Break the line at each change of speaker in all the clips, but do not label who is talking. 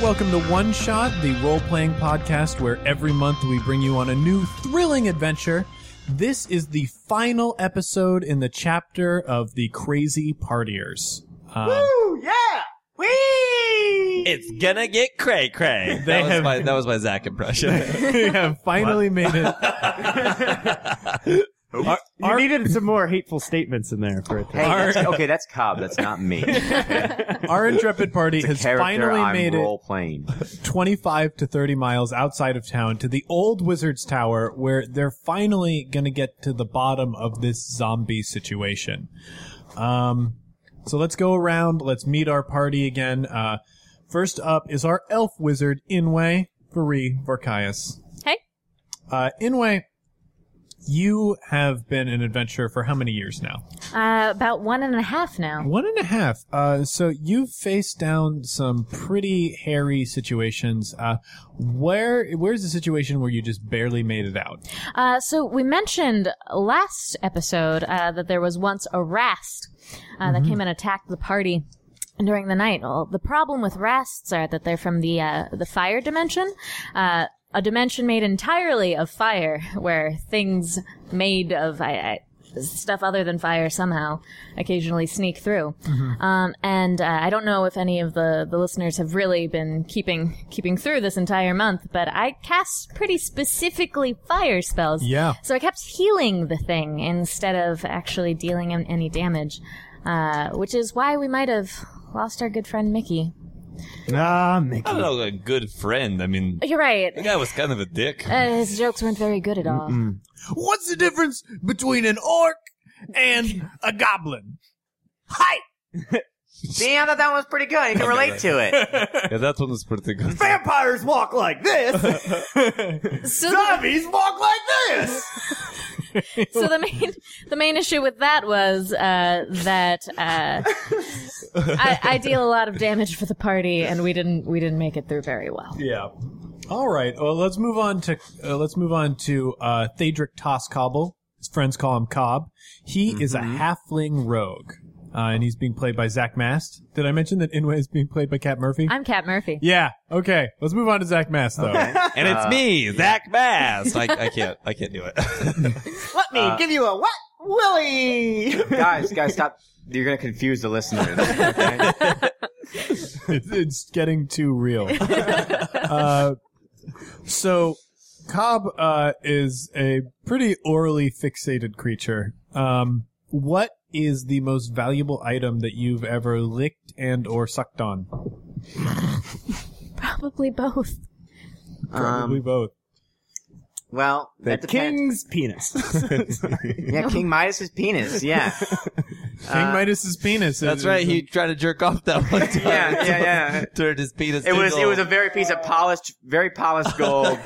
welcome to One Shot, the role playing podcast where every month we bring you on a new thrilling adventure. This is the final episode in the chapter of the crazy partiers. Uh,
Woo! Yeah! Whee!
It's gonna get cray cray.
They
that, was
have-
my, that was my Zach impression.
we have finally made it. Our-
You
our-
needed some more hateful statements in there for it. to-
Hey, that's, okay, that's Cobb. That's not me.
our intrepid party has
Character
finally
I'm
made it
role playing.
25 to 30 miles outside of town to the old wizard's tower where they're finally going to get to the bottom of this zombie situation um, so let's go around let's meet our party again uh, first up is our elf wizard inwe Fari Vorkaius.
Hey.
uh, inwe you have been an adventurer for how many years now
Uh, about one and a half now.
one and a half. Uh, so you've faced down some pretty hairy situations. Uh, where where's the situation where you just barely made it out?
Uh, so we mentioned last episode uh, that there was once a rast uh, that came and attacked the party during the night. Well, the problem with rasts are that they're from the uh, the fire dimension. Uh, a dimension made entirely of fire, where things made of I, I, stuff other than fire somehow occasionally sneak through. Um, and uh, I don't know if any of the, the listeners have really been keeping keeping through this entire month, but I cast pretty specifically fire spells.
Yeah.
So I kept healing the thing instead of actually dealing him any damage, uh, which is why we might have lost our good friend Mickey.
Ah,
I
Mickey.
don't know, a good friend. I mean,
You're right.
the guy was kind of a dick.
Uh, his jokes weren't very good at all.
What's the difference between an orc and a goblin?
Hi! See, I thought that one was pretty good. You can relate to it.
Yeah, that one was pretty good.
Vampires walk like this.
So, the,
Zombies walk like this.
so the main the main issue with that was uh, that uh, I, I deal a lot of damage for the party, and we didn't we didn't make it through very well.
Yeah. All right. Well, let's move on to uh, let's move on to uh, Thaedric Toscobble. His friends call him Cobb. He is a halfling rogue, uh, and he's being played by Zach Mast. Did I mention that Inwe is being played by Kat Murphy?
I'm Cat Murphy.
yeah. Okay. Let's move on to Zach Mast though.
And it's
Uh,
me, Zach Bass. I, I can't, I can't do it.
Let me give you a what? Willie! guys, guys, stop. You're going to confuse the listeners. Okay?
it's, it's getting too real. uh, so, Cobb uh, is a pretty orally fixated creature. Um, what is the most valuable item that you've ever licked and or sucked on?
Probably both.
Probably
Um,
both.
well,
The
that
king's
depends.
penis.
Yeah, King Midas's penis. Yeah.
King Midas's penis.
uh, That's right. He tried to jerk off that one time.
Yeah, yeah, yeah.
Turned his penis.
It was
tingle.
it was a very piece of polished, very polished gold.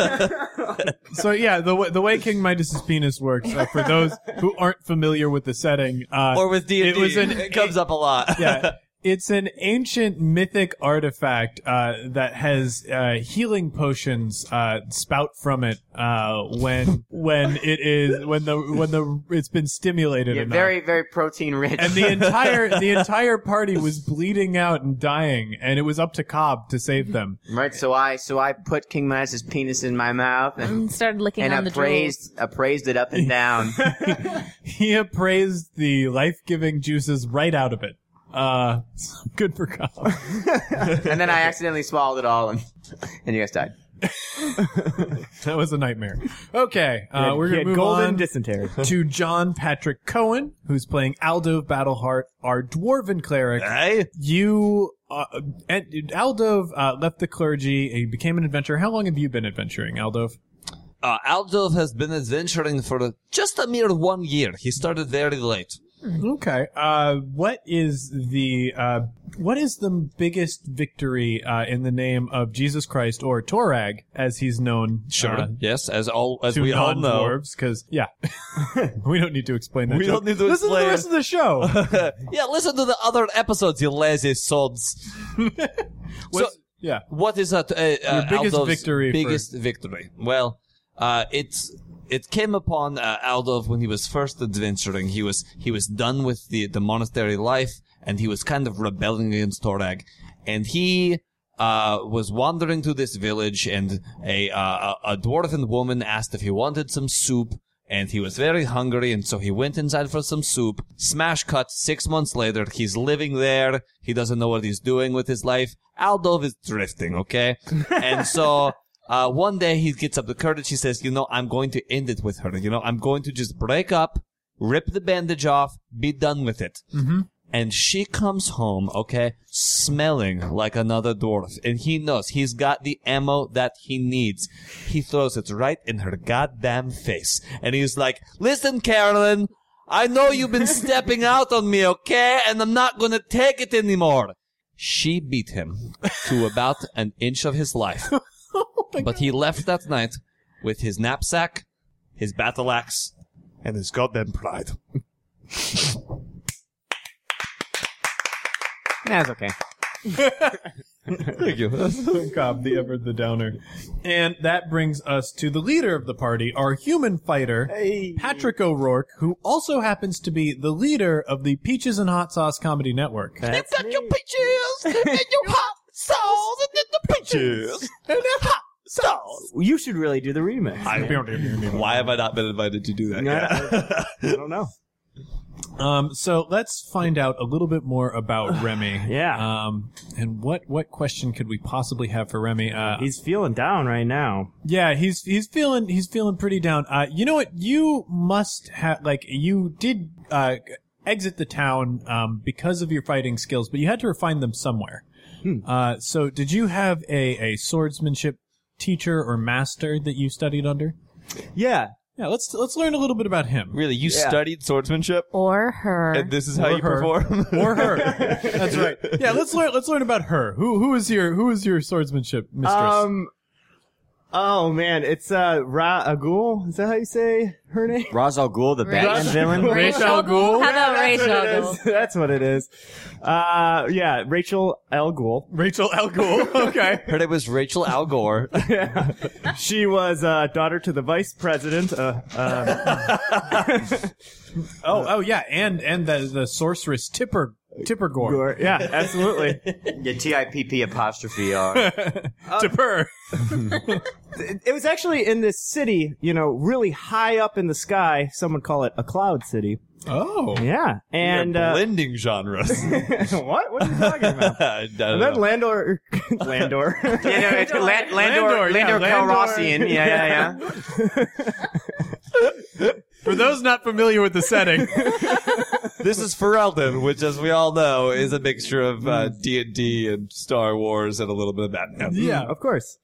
so yeah, the way, the way King Midas's penis works uh, for those who aren't familiar with the setting, uh,
or with D&D.
it was an
it comes up a lot.
yeah. It's an ancient mythic artifact uh, that has uh, healing potions uh, spout from it uh, when when it is when the when the it's been stimulated
Yeah,
enough.
very, very protein rich.
and the entire the entire party was bleeding out and dying, and it was up to Cobb to save them.
right, so I so I put King Midas' penis in my mouth and
and started licking
and
on the
appraised appraised it up and down.
He appraised the life giving juices right out of it. Uh, good for Cobb.
and then I accidentally swallowed it all and and you guys died.
That was a nightmare. Okay, uh,
He
we're gonna
had
move
golden
on.
dysentery.
to John Patrick Cohen, who's playing Aldo Battleheart, our dwarven cleric.
Hey,
You, uh, and Aldo uh, left the clergy. He became an adventurer. How long have you been adventuring, Aldo?
uh, Aldov has been adventuring for just a mere one year. He started very late.
Okay. Uh, what is the uh, what is the biggest victory uh, in the name of Jesus Christ or Torag, as he's known?
Sure.
Uh,
yes, as all as
to
we all know.
non-dwarves, because yeah, we don't need to explain that.
We
joke.
don't need to
Listen to
explain
the
it.
rest of the show.
yeah, listen to the other episodes, you lazy sods. so,
What's- yeah.
what is that? Uh, uh,
biggest
Aldov's
victory for-
Biggest victory. Well, uh, it's it came upon uh, Aldov when he was first adventuring. He was he was done with the the monastery life, and he was kind of rebelling against Torag, and he. Uh, was wandering to this village and a, uh, a a dwarven woman asked if he wanted some soup and he was very hungry and so he went inside for some soup smash cut six months later he's living there he doesn't know what he's doing with his life aldov is drifting okay and so uh, one day he gets up the courage he says you know i'm going to end it with her you know i'm going to just break up rip the bandage off be done with it and she comes home, okay, smelling like another dwarf. And he knows he's got the ammo that he needs. He throws it right in her goddamn face. And he's like, listen, Carolyn, I know you've been stepping out on me, okay? And I'm not gonna take it anymore. She beat him to about an inch of his life. but he left that night with his knapsack, his battle axe, and his goddamn pride.
That's okay.
Thank you.
Cobb, the ever the downer. And that brings us to the leader of the party, our human fighter, Patrick O'Rourke, who also happens to be the leader of the Peaches and Hot Sauce Comedy Network.
got your peaches and your hot sauce and then the peaches and the hot sauce.
You should really do the remix.
Why have I not been invited to do that?
No,
yet?
I don't know.
Um, so let's find out a little bit more about Remy.
Yeah.
Um, and what, what question could we possibly have for Remy? Uh,
He's feeling down right now.
yeah, he's, he's feeling, he's feeling pretty down. Uh, you know what? You must have, like, you did, uh, exit the town, um, because of your fighting skills, but you had to refine them somewhere. Uh, so did you have a, a swordsmanship teacher or master that you studied under?
Yeah.
Yeah, let's, let's learn a little bit about him.
Really, you studied swordsmanship,
drool. Or her.
and this is how you
her.
perform?
or her. That's right. Yeah, let's learn. Let's learn about her. Who who is your who is your swordsmanship mistress?
Um. Oh man, it's uh Ra Agul. Is that how you say her name?
Ra's al Ghul, the Batman
Ra's-
villain.
Rachel Ghoul? How about
That's
Rachel
what it
Ghoul?
is. That's what it is. Uh, yeah, Rachel El Ghul.
Rachel Al Ghul. Okay.
Heard it was Rachel Al Gore.
She was uh, daughter to the vice president. Uh, uh,
Oh oh yeah, and and the the sorceress Tipper Tipper Gore.
Gore. yeah, absolutely.
Your T I P P apostrophe R.
Tipper.
It was actually in this city, you know, really high up in the sky. Some would call it a cloud city.
Oh.
Yeah, and
You're
uh,
blending genres.
what? What are you talking about?
I don't
And then
know.
Landor, Landor.
Yeah, no, it's Lan- Landor, Landor,
Landor, yeah,
Calrissian. Yeah, yeah, yeah.
For those not familiar with the setting,
this is Ferelden, which, as we all know, is a mixture of uh, D and D and Star Wars and a little bit of that.
yeah.
of course.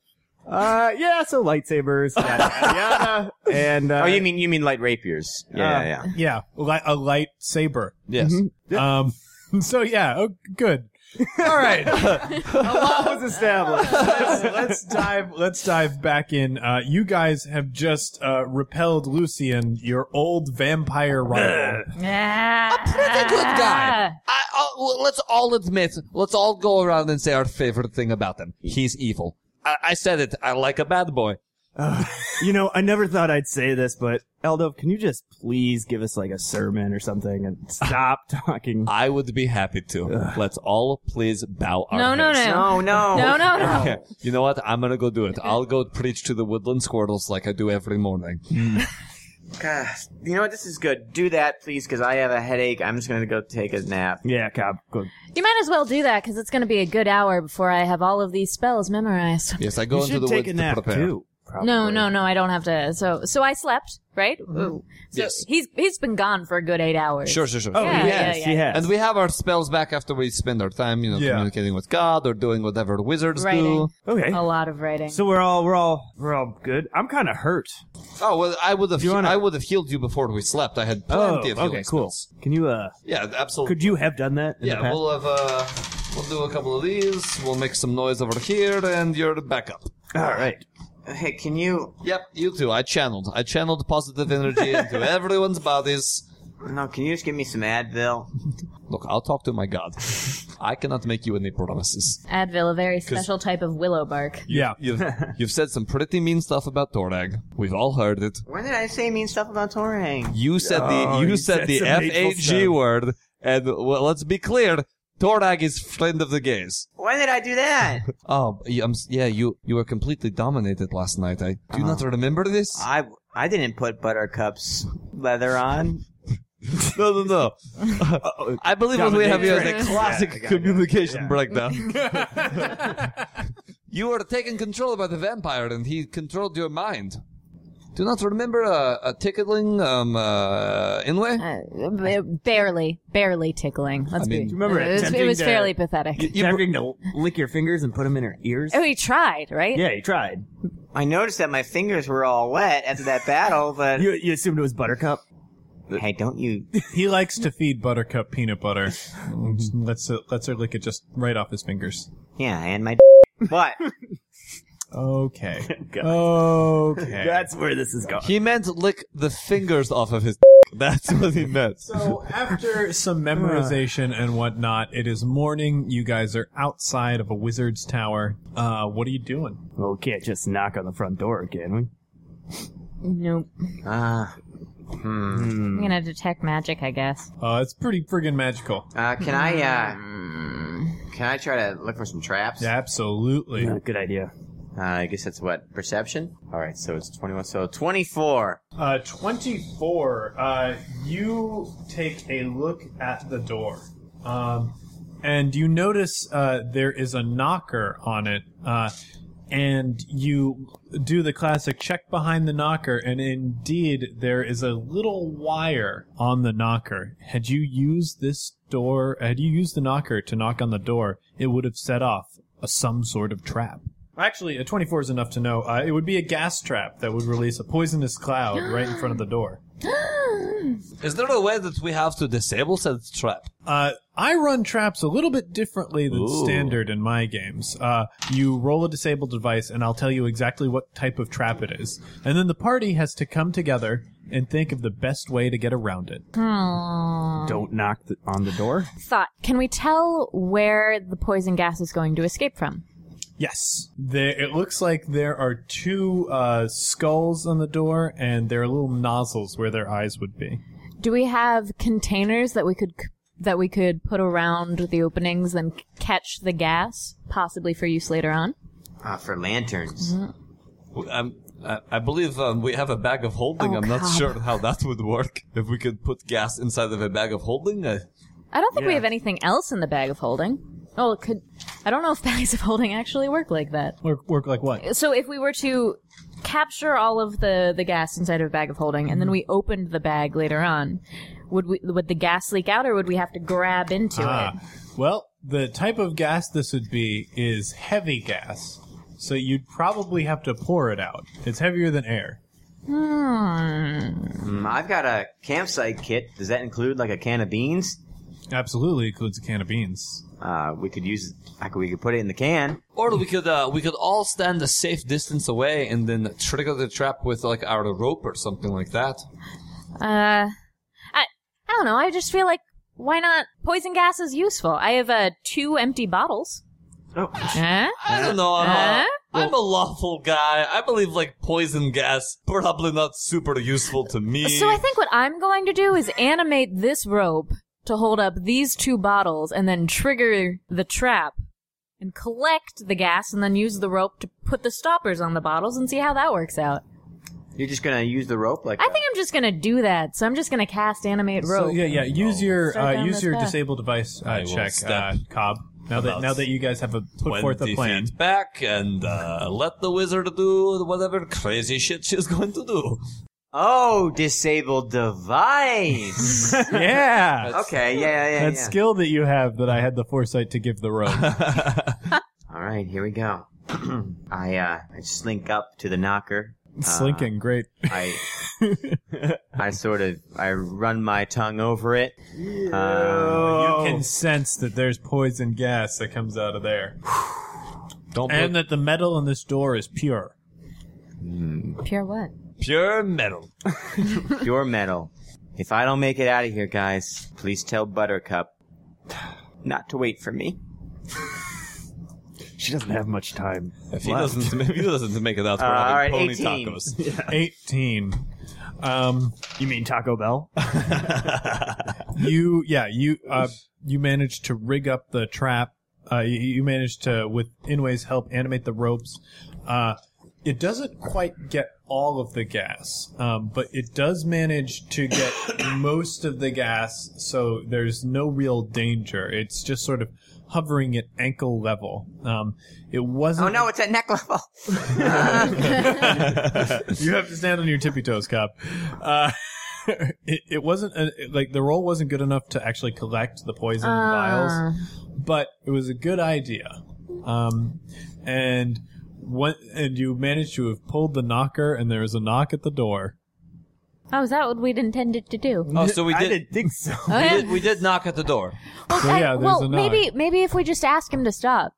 Uh, yeah, so lightsabers, yada, yada, yada. and uh,
Oh, you mean you mean light rapiers? Yeah,
Uh,
yeah.
Yeah, li- a lightsaber.
Yes.
Um, so yeah, oh, good. All right.
A law was established.
let's, let's dive. Let's dive back in. Uh, you guys have just uh, repelled Lucian, your old vampire rival.
Yeah. A
Pretty good
Ah.
guy. I, I'll- well, let's all admit, let's all go around and say our favorite thing about him. He's evil. I, I said it. I like a bad boy.
You know, I never thought I'd say this, but Eldo, can you just please give us like a sermon or something and stop talking?
I would be happy to. Let's all please bow our
No, no,
heads.
no.
no.
No, no, no.
Okay. You know what? I'm gonna go do it. I'll go preach to the woodland squirrels like I do every morning.
God, Ah, you know what? This is good. Do that, please, because I have a headache. I'm just going to go take a nap.
Yeah, Cobb. Good.
You might as well do that because it's going to be a good hour before I have all of these spells memorized.
Yes, I go
you
into
should
the
take
woods
a nap
to prepare.
too. Probably.
No, no, no. I don't have to. So, so I slept, right? Ooh. So
Yes.
He's he's been gone for a good eight hours.
Sure, sure, sure.
Oh,
Yeah,
he
yeah,
has.
yeah.
He has.
And we have our spells back after we spend our time, you know,
Yeah.
communicating with God or doing whatever wizards
Writing.
do.
okay.
A lot of writing.
So we're all we're all we're all good. I'm kind of hurt.
Oh well, I would have.
you wanna-
I would have healed you before we slept. I had plenty of
oh,
healing
okay, cool.
spells.
Can you uh?
Yeah, absolutely.
Could you have done that? In the
yeah,
past?
we'll have. Uh, we'll do a couple of these. We'll make some noise over here, and you're back up.
all right.
Hey, can you?
Yep, you too. I channeled. I channeled positive energy into everyone's bodies.
No, can you just give me some Advil?
Look, I'll talk to my God. I cannot make you any promises.
Advil, a very special type of willow bark.
Yeah.
You've, you've said some pretty mean stuff about Torag. We've all heard it.
When did I say mean stuff about Torang?
You said
Oh,
the you
you
said,
said
the
some
F
hateful
A G
stuff.
word, and well, let's be clear. Torag is friend of the gays.
When did I do that?
Oh, yeah, I'm, s- yeah, you you were completely dominated last night. I do you not
Uh-huh.
remember this.
I I didn't put Buttercup's leather on.
no, no, no. I believe what we have here is a
Dominatrix.
classic communication breakdown. you were taken control by the vampire, and he controlled your mind. Do not remember uh, a tickling um, uh, Inway?
Uh, b- barely, barely tickling. Let's
I mean-
be.
Do
you remember
it was, it
attempting
was
to-
fairly pathetic.
You having to lick your fingers and put them in her ears?
oh, he tried, right?
Yeah, you tried.
I noticed that my fingers were all wet after that battle, but
You you assumed it was Buttercup.
hey, don't you?
He likes to feed Buttercup peanut butter. let's uh, let's her lick it just right off his fingers.
Yeah, and my. But
Okay.
God.
okay.
That's where this is going.
He meant lick the fingers off of his. That's what he meant.
So after Uh. some memorization and whatnot, it is morning. You guys are outside of a wizard's tower. Uh, what are you doing?
Well, we can't just knock on the front door, can we?
Nope.
ah,
I'm
Hmm.
gonna detect magic, I guess.
Uh, it's pretty friggin' magical.
uh, can I? uh Can I try to look for some traps?
Absolutely.
Uh, good idea.
Uh, I guess that's what perception. All right, so it's twenty-one. So twenty-four.
Uh, 24. Uh, you take a look at the door. Um, and you notice uh, there is a knocker on it. Uh, and you do the classic check behind the knocker, and indeed, there is a little wire on the knocker. Had you used this door, had you used the knocker to knock on the door, it would have set off a, some sort of trap. Actually, a 24 is enough to know. Uh, it would be a gas trap that would release a poisonous cloud right in front of the door.
Is there a way that we have to disable said trap?
Uh, I run traps a little bit differently than
Ooh.
standard in my games. Uh, you roll a disabled device, and I'll tell you exactly what type of trap it is. And then the party has to come together and think of the best way to get around it.
Aww.
Don't knock the, on the door.
Thought. Can we tell where the poison gas is going to escape from?
Yes. There, it looks like there are two uh, skulls on the door, and there are little nozzles where their eyes would be.
Do we have containers that we could that we could put around the openings and c- catch the gas, possibly for use later on?
Uh, for lanterns.
Um, I, I believe um, we have a bag of holding.
Oh,
I'm not
God.
sure how that would work. If we could put gas inside of a bag of holding, uh,
I don't think we
Yeah.
have anything else in the bag of holding. Oh, it could. I don't know if bags of holding actually work like that.
Work, work like what?
So if we were to capture all of the the gas inside of a bag of holding, and then
Mm-hmm.
we opened the bag later on, would we would the gas leak out, or would we have to grab into
Ah,
it?
well, the type of gas this would be is heavy gas, so you'd probably have to pour it out. It's heavier than air. Ah.
Hmm,
Mm, I've got a campsite kit. Does that include like a can of beans?
Absolutely includes a can of beans.
Uh, we could use, like, we could put it in the can.
Or we could uh, we could all stand a safe distance away and then trigger the trap with like our rope or something like that.
Uh, I I don't know. I just feel like why not? Poison gas is useful. I have uh, two empty bottles.
Oh.
Huh?
I don't know. I'm,
Huh?
a, I'm a lawful guy. I believe like poison gas probably not super useful to me.
So I think what I'm going to do is animate this rope to hold up these two bottles and then trigger the trap and collect the gas and then use the rope to put the stoppers on the bottles and see how that works out.
You're just gonna use the rope, like,
I think I'm just going to do that. So I'm just going to cast animate rope.
So yeah, yeah. Use your
Strike
uh,
on
use
this
your
guy.
disabled device
I
uh,
will
check,
step
uh, Cobb. Now that
about
now that you guys have a put forth a
20
plan,
feet back and uh, let the wizard do whatever crazy shit she's going to do.
oh, disabled device.
yeah,
okay, yeah, yeah, yeah.
that
yeah.
skill that you have that I had the foresight to give the rope.
All right, here we go. I uh, I slink up to the knocker.
Slinking, great.
I I sort of I run my tongue over it. Uh,
You can sense that there's poison gas that comes out of there,
Don't
and that the metal in this door is pure.
Pure what?
pure metal.
pure metal. If I don't make it out of here, guys, please tell Buttercup not to wait for me.
She doesn't have much time.
If he doesn't, if he doesn't make it out, we're
Uh,
having
all right,
pony
18.
tacos.
Eighteen. Um,
You mean Taco Bell?
you yeah you uh you managed to rig up the trap uh you, you managed to with inway's help animate the ropes uh it doesn't quite get all of the gas um, but it does manage to get most of the gas so there's no real danger it's just sort of hovering at ankle level um, it wasn't
Oh no, it's at neck level.
you have to stand on your tippy toes, cop. Uh, it, it wasn't a, like the roll wasn't good enough to actually collect the poison
Uh,
vials, but it was a good idea. Um, and what and you managed to have pulled the knocker, and there was a knock at the door.
Oh, is that what we'd intended to do?
Oh, so we
I
did.
didn't think so.
Oh,
We
yeah.
did, we did knock at the door.
Well,
So,
I-
yeah, there's
well,
a knock.
maybe maybe if we just ask him to stop.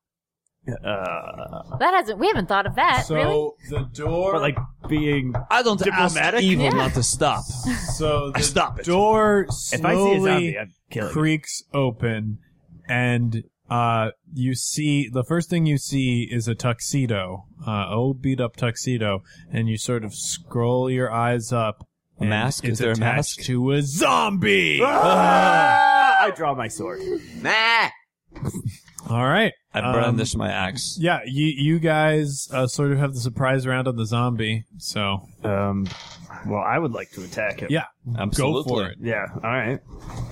that hasn't. We haven't thought of that.
So
Uh, really?
the door,
Uh, But like being
I don't
Diplomatic?
ask evil
Yeah.
not to stop.
so the
Stop it.
door
if
slowly
I see a zombie, I'm killing. it.
creaks open and uh, you see the first thing you see is a tuxedo uh, old beat up tuxedo and you sort of scroll your eyes up
A
and
mask?
it's
Is there a
attached
mask?
to a zombie
Ah! I draw my sword.
nah.
all right
I
Um,
brandish my axe.
yeah you you guys uh, sort of have the surprise round on the zombie so
Um, well, I would like to attack him.
yeah
Absolutely.
go for it
Yeah. All right.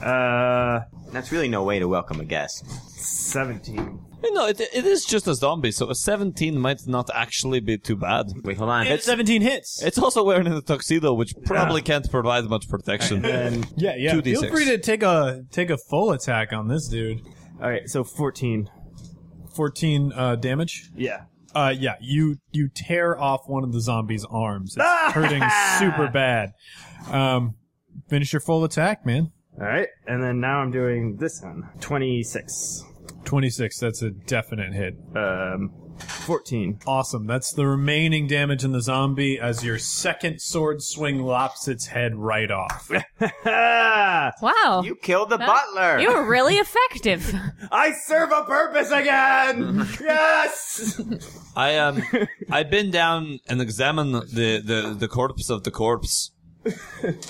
Uh,
That's really no way to welcome a guest.
seventeen.
You know, it, it is just a zombie, so a 17 might not actually be too bad.
Wait, hold on.
it's 17 hits
It's also wearing a tuxedo, which probably can't provide much protection.
And
yeah yeah
2d6.
feel free to take a take a full attack on this dude
all right, so fourteen.
14 uh, damage
Yeah.
Uh, yeah, you you tear off one of the zombie's arms. It's hurting super bad. Um, finish your full attack, man.
All right, and then now I'm doing this one. Twenty-six.
Twenty six. That's a definite hit.
Um, fourteen.
Awesome. That's the remaining damage in the zombie as your second sword swing lops its head right off.
Ah,
wow,
you killed the
Huh?
butler.
you were really effective.
I serve a purpose again. yes.
I um, I bend down and examine the, the, the corpse of the corpse.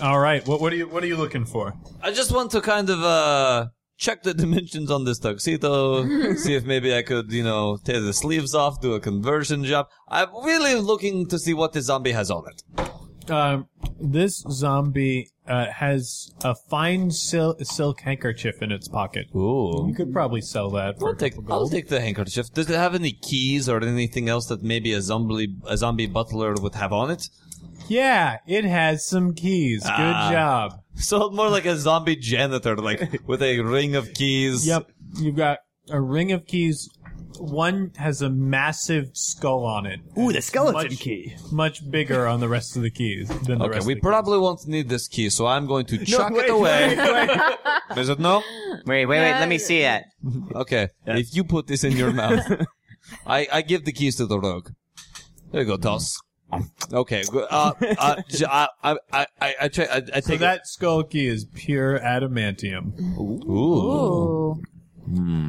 All right. What what are you what are you looking for?
I just want to kind of uh check the dimensions on this tuxedo, see if maybe I could, you know, tear the sleeves off, do a conversion job. I'm really looking to see what the zombie has on it.
Um, this zombie uh, has a fine sil- silk handkerchief in its pocket. You
Ooh.
could probably sell that for
I'll take,
a couple
I'll
gold.
take the handkerchief. Does it have any keys or anything else that maybe a zombie a zombie butler would have on it?
Yeah, it has some keys. Good
Ah.
job.
So more like a zombie janitor, like with a ring of keys.
Yep. You've got a ring of keys one has a massive skull on it.
Ooh, the skeleton
Much-
key.
Much bigger on the rest of the keys than the
Okay,
rest
we
of the
probably won't need this key, so I'm going to chuck
wait,
it away. Is it no?
Wait, wait, wait. Let me see it.
Okay, if you put this in your mouth, I, I give the keys to the rogue. There you go, Toss. Okay, go- uh, uh, j- I, I, I, I, I, try- I, I
So
take it.
that skull key is pure adamantium.
Ooh.
Ooh.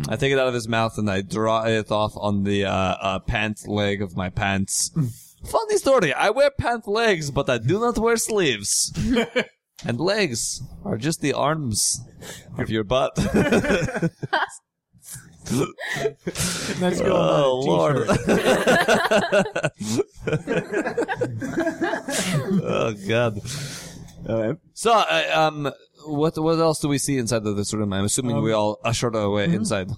I take it out of his mouth and I draw it off on the uh, uh, pant leg of my pants. Funny story. I wear pant legs, but I do not wear sleeves. and legs are just the arms of your butt.
Let's go.
oh
on a
Lord.
t-shirt.
oh God.
Uh,
So, uh, um, what what else do we see inside of this room? I'm assuming
Um,
we all ushered our
mm-hmm.
way inside.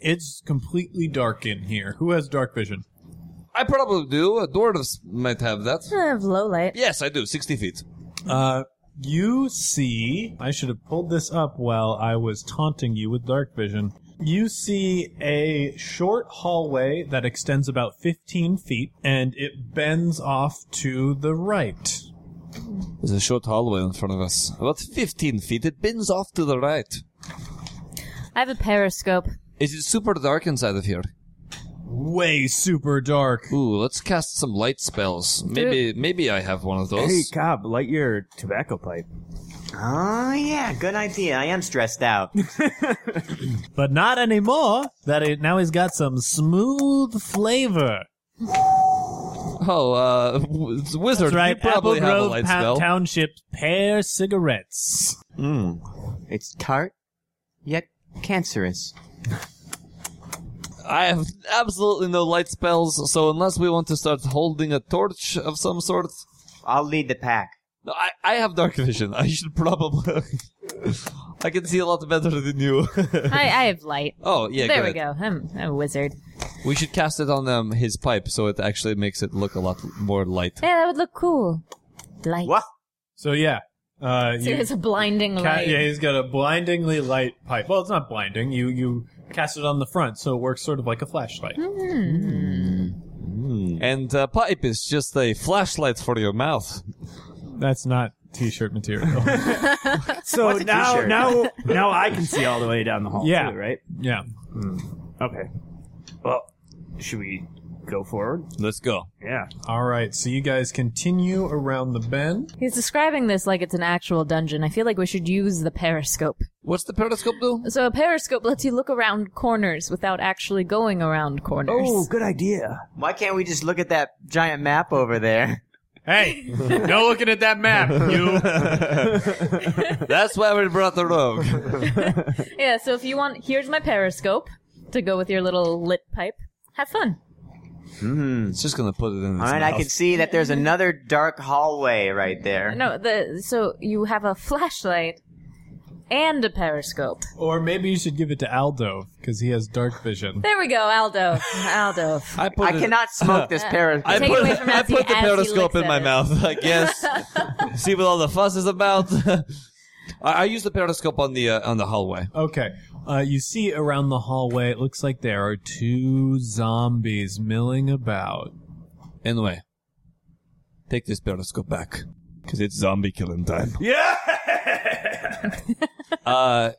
It's completely dark in here. Who has dark vision?
I probably do. A dwarves might have that.
I have low light.
Yes, I do. Sixty feet.
Uh, you see, I should have pulled this up while I was taunting you with dark vision. You see a short hallway that extends about 15 feet and it bends off to the right.
There's a short hallway in front of us, about fifteen feet. It bends off to the right.
I have a periscope.
Is it super dark inside of here?
Way super dark.
Ooh, let's cast some light spells. Maybe maybe I have one of those.
hey, Cobb, light your tobacco pipe.
Oh yeah, good idea. I am stressed out.
But not anymore. That it now he's got some smooth flavor.
Oh, uh, w- it's wizard,
That's right.
you probably
Apple
have a
Grove
light
Pa-
spell.
Township pear cigarettes.
Hmm. It's tart, yet cancerous.
I have absolutely no light spells, so unless we want to start holding a torch of some sort,
I'll lead the pack.
no, I, I have dark vision. I should probably. I can see a lot better than you.
I, I have light.
oh yeah,
there we
good.
go. I'm, I'm a wizard.
We should cast it on um, his pipe, so it actually makes it look a lot more light.
Yeah, that would look cool. Light.
What?
So yeah, uh,
So
you-
it's a blinding
Ca-
light.
yeah, he's got a blindingly light pipe. Well, it's not blinding. You you cast it on the front, so it works sort of like a flashlight.
And uh, pipe is just a flashlight for your mouth.
That's not t-shirt material.
So
What's a
now,
t-shirt?
now, now I can see all the way down the hall.
Yeah.
too, right.
yeah.
Okay. Well, should we go forward?
Let's go.
Yeah.
All right. So you guys continue around the bend.
He's describing this like it's an actual dungeon. I feel like we should use the periscope.
What's the periscope do?
So a periscope lets you look around corners without actually going around corners.
Oh, good idea.
Why can't we just look at that giant map over there?
Hey, no looking at that map. You.
That's why we brought the rogue.
Yeah, so if you want, here's my periscope to go with your little lit pipe. Have fun.
it's just gonna put it in. His
All right, I
mouth.
can see that there's another dark hallway right there.
No, the so you have a flashlight and a periscope.
Or maybe you should give it to Aldo because he has dark vision.
There we go, Aldo. Aldo.
I, put
I
it-
cannot smoke this pair.
I
Take
put,
it away from
I
Elsie
put the
as he
periscope
licks
in
at
my
it.
mouth, I guess. See what all the fuss is about. I, I use the periscope on the uh, on the hallway.
Okay. Uh, you see around the hallway, it looks like there are two zombies milling about.
Anyway, take this periscope back because it's zombie killing time. Yeah. uh,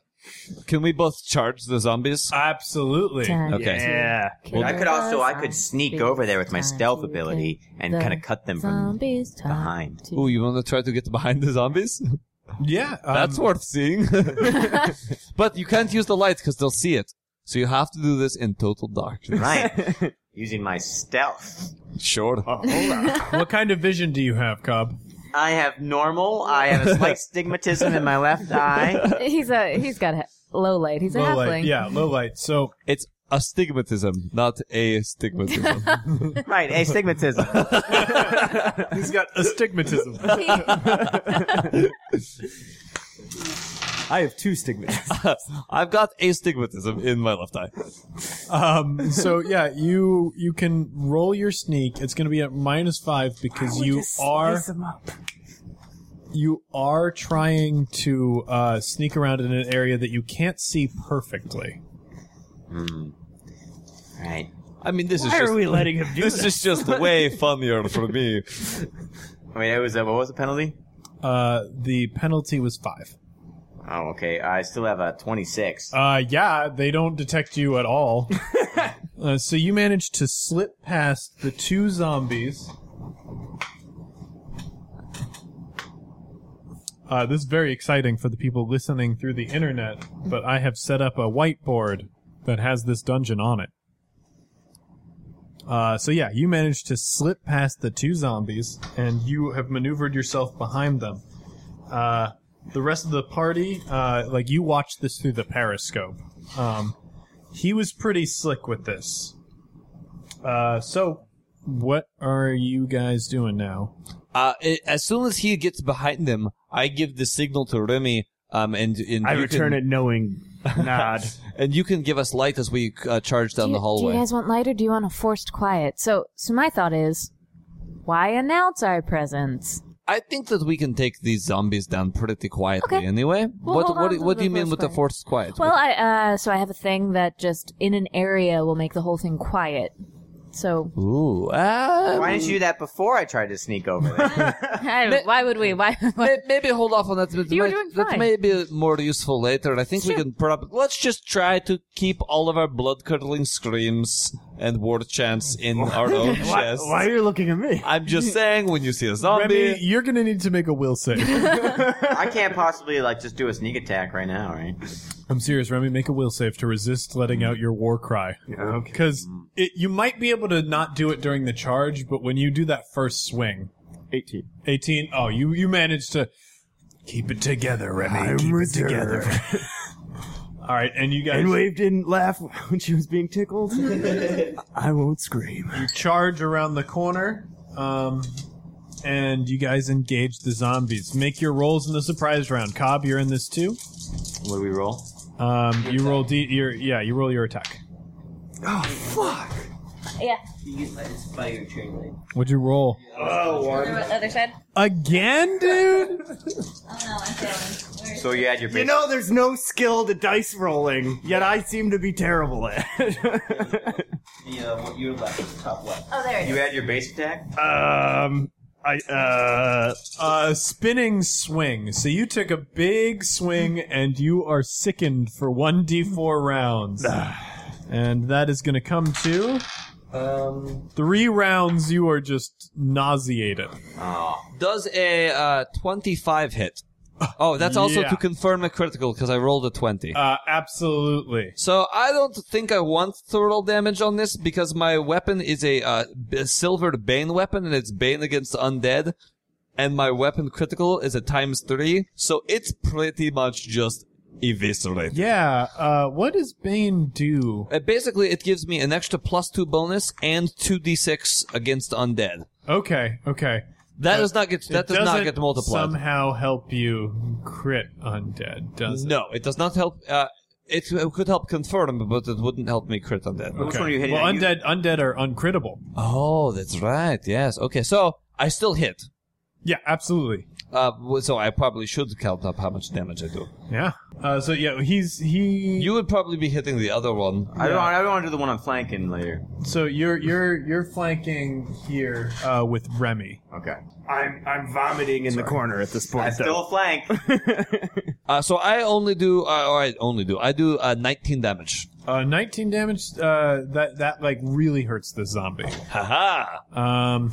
can we both charge the zombies?
Absolutely.
Time
Okay.
Yeah.
I could also I could sneak over there with my
time
stealth
to
ability and
the
kind of cut them from
Zombies time
behind.
to-
Ooh, you want to try to get behind the zombies?
Yeah. um,
That's worth seeing. but you can't use the light because they'll see it. So you have to do this in total darkness.
Right. Using my stealth.
Sure.
Oh,
what kind of vision do you have, Cobb?
I have normal. I have a slight stigmatism in my left eye.
He's a he's got a low light. He's a
Low
halfling.
light. Yeah, low light. So
It's astigmatism, not astigmatism.
Right, astigmatism.
He's got astigmatism.
I have two stigmas.
I've got astigmatism in my left eye.
um, so yeah, you you can roll your sneak. It's going to be at minus five because you are you are trying to uh, sneak around in an area that you can't see perfectly.
Right.
I mean, this is
Why
just
are we letting him do
this is just way funnier for me.
I mean, it was a, what was the penalty?
Uh, the penalty was five.
Oh, okay. I still have a 26.
Uh, yeah, they don't detect you at all. uh, so you manage to slip past the two zombies. Uh, this is very exciting for the people listening through the internet, but I have set up a whiteboard that has this dungeon on it. Uh, so yeah, you managed to slip past the two zombies, and you have maneuvered yourself behind them. Uh, the rest of the party, uh, like you watched this through the periscope. Um, he was pretty slick with this. Uh, so, what are you guys doing now?
Uh, i as soon as he gets behind them, I give the signal to Remy. Um, and, and
I
you
return
can,
it knowing nod.
and you can give us light as we uh, charge down
do, you,
the hallway.
do you guys want light or do you want a forced quiet? So, so my thought is, why announce our presence?
I think that we can take these zombies down pretty quietly.
Okay.
Anyway,
We'll
what
hold
what
on to
what do
the
you mean
forced
with the
quiet.
forced quiet?
Well, I uh, so I have a thing that just in an area will make the whole thing quiet. So
Ooh, uh,
Why Oh, didn't you do that before I tried to sneak over there?
I don't- why would we? Why? why-
may- maybe hold off on that. That,
You were
might-
doing
that
fine.
may be more useful later. I think we can probably let's just try to keep all of our blood curdling screams and word chants in our own
why,
chests.
why are you looking at me?
I'm just saying, when you see a zombie,
Remy, you're gonna need to make a will save.
I can't possibly like just do a sneak attack right now, right?
I'm serious, Remy. Make a will save to resist letting out your war cry.
Okay.
Because you might be able to not do it during the charge, but when you do that first swing,
18.
18. Oh, you you managed to keep it together, Remy.
I'm
keep
with
it together. All right, and you guys.
And Wave didn't laugh when she was being tickled. I won't scream.
charge around the corner, um, and you guys engage the zombies. Make your rolls in the surprise round. Cobb, you're in this too.
What do we roll?
Um, you roll D. Your, yeah, you roll your attack.
yeah.
What'd you roll
Other side.
again, dude?
Oh no, I'm failing.
So you had your base.
You know, there's no skill to dice rolling, yet I seem to be terrible at it.
Oh, there it
you had your base attack.
um, I, uh,
Uh, spinning swing. So you took a big swing, and you are sickened for one d4 rounds,
Ah.
and that is going to come to. Um, three rounds. You are just nauseated.
does a uh, 25 hit? Oh, that's also
Yeah.
to confirm a critical because I rolled a 20.
Uh, absolutely.
So I don't think I want to roll damage on this because my weapon is a, uh, b- silvered bane weapon and it's bane against undead, and my weapon critical is a times three, so it's pretty much just eviscerated.
Yeah. Uh, what does Bane do?
Uh, basically, it gives me an extra plus two bonus and two d6 against undead.
Okay. Okay.
That does not get that
Uh, It
does not
doesn't
get multiplied.
Somehow help you crit undead, does it?
No, it does not help. Uh, it uh, could help confirm, but it wouldn't help me crit on that.
Which one are you hitting?
Well,
Are you-
undead, undead are uncrittable.
Oh, that's right. Yes. Okay. So I still hit.
Yeah, absolutely.
Uh, w- so I probably should count up how much damage I do.
Yeah. Uh, so yeah, he's he.
You would probably be hitting the other one.
I don't. I don't want to do the one I'm flanking later.
so you're you're you're flanking here uh, with Remy.
Okay.
I'm, I'm vomiting in the corner at this
I
point,
still
though.
Oh, flank.
Uh, so I only do, uh, or I only do, I do uh, 19 damage.
Uh, 19 damage. Uh, that that like really hurts the zombie.
Haha.
Um,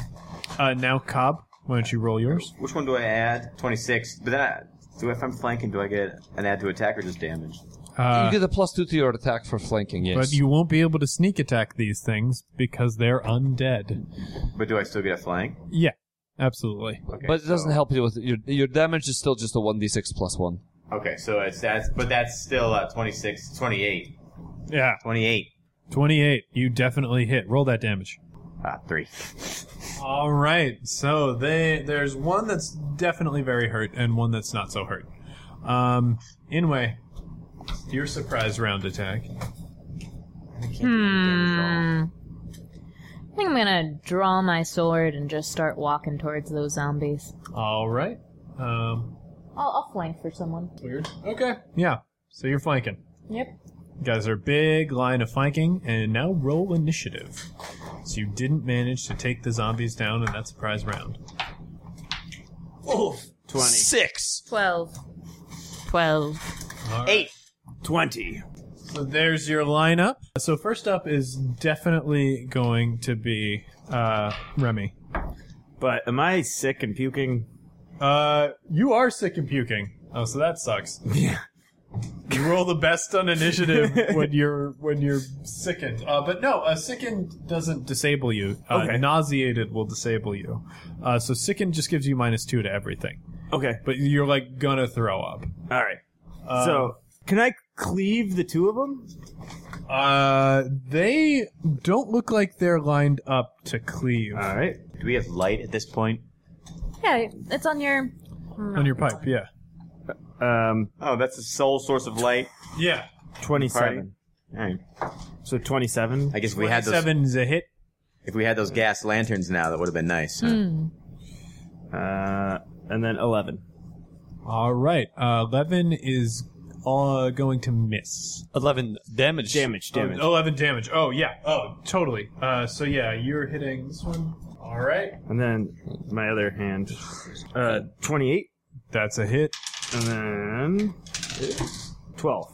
uh, now Cobb, why don't you roll yours?
Which one do I add? 26. But then, I, do if I'm flanking, do I get an add to attack or just damage?
you get a plus two to your attack for flanking. Yes.
Uh, But you won't be able to sneak attack these things because they're undead.
But do I still get a flank?
Yeah, absolutely.
Okay,
But it doesn't
so-
help you with your your damage is still just a one d six plus one.
Okay, so it's that's but that's still uh, 26, 28,
Yeah.
28.
28. You definitely hit. Roll that damage.
Ah, three.
All right. So they there's one that's definitely very hurt and one that's not so hurt. Um, Inway, your surprise round attack.
Hmm. I think I'm gonna draw my sword and just start walking towards those zombies.
All right. Um,
I'll, I'll flank for someone.
weird. Okay. Yeah. So you're flanking.
Yep.
guys are big line of flanking, and now roll initiative. So you didn't manage to take the zombies down, and that's a prize round.
Six.
12. 12.
Twenty.
So there's your lineup. So first up is definitely going to be uh, Remy.
But am I sick and puking?
Uh, you are sick and puking. Oh, so that sucks.
Yeah.
You roll the best on initiative when you're when you're sickened. Uh, but no, uh, sickened doesn't disable you. Uh,
Okay.
Nauseated will disable you. Uh, so sickened just gives you minus two to everything.
Okay.
But you're like gonna throw up.
All right.
Um,
so can I cleave the two of them?
Uh, they don't look like they're lined up to cleave
All right.
Do we have light at this point?
Yeah, it's on your.
on your pipe. Yeah.
Um,
Oh, that's the sole source of light.
Yeah.
twenty-seven.
Pardon. All right.
So twenty-seven.
I guess if we had those.
Seven is a hit.
If we had those gas lanterns now, that would have been nice. huh?
Uh, and then eleven.
All right. Uh, Eleven is uh, going to miss.
Eleven damage.
Damage. Damage.
Oh, 11 damage. Oh, yeah. Oh, totally. Uh, so, yeah, you're hitting this one. All right.
And then my other hand. Uh, twenty-eight.
That's a hit.
And then twelve.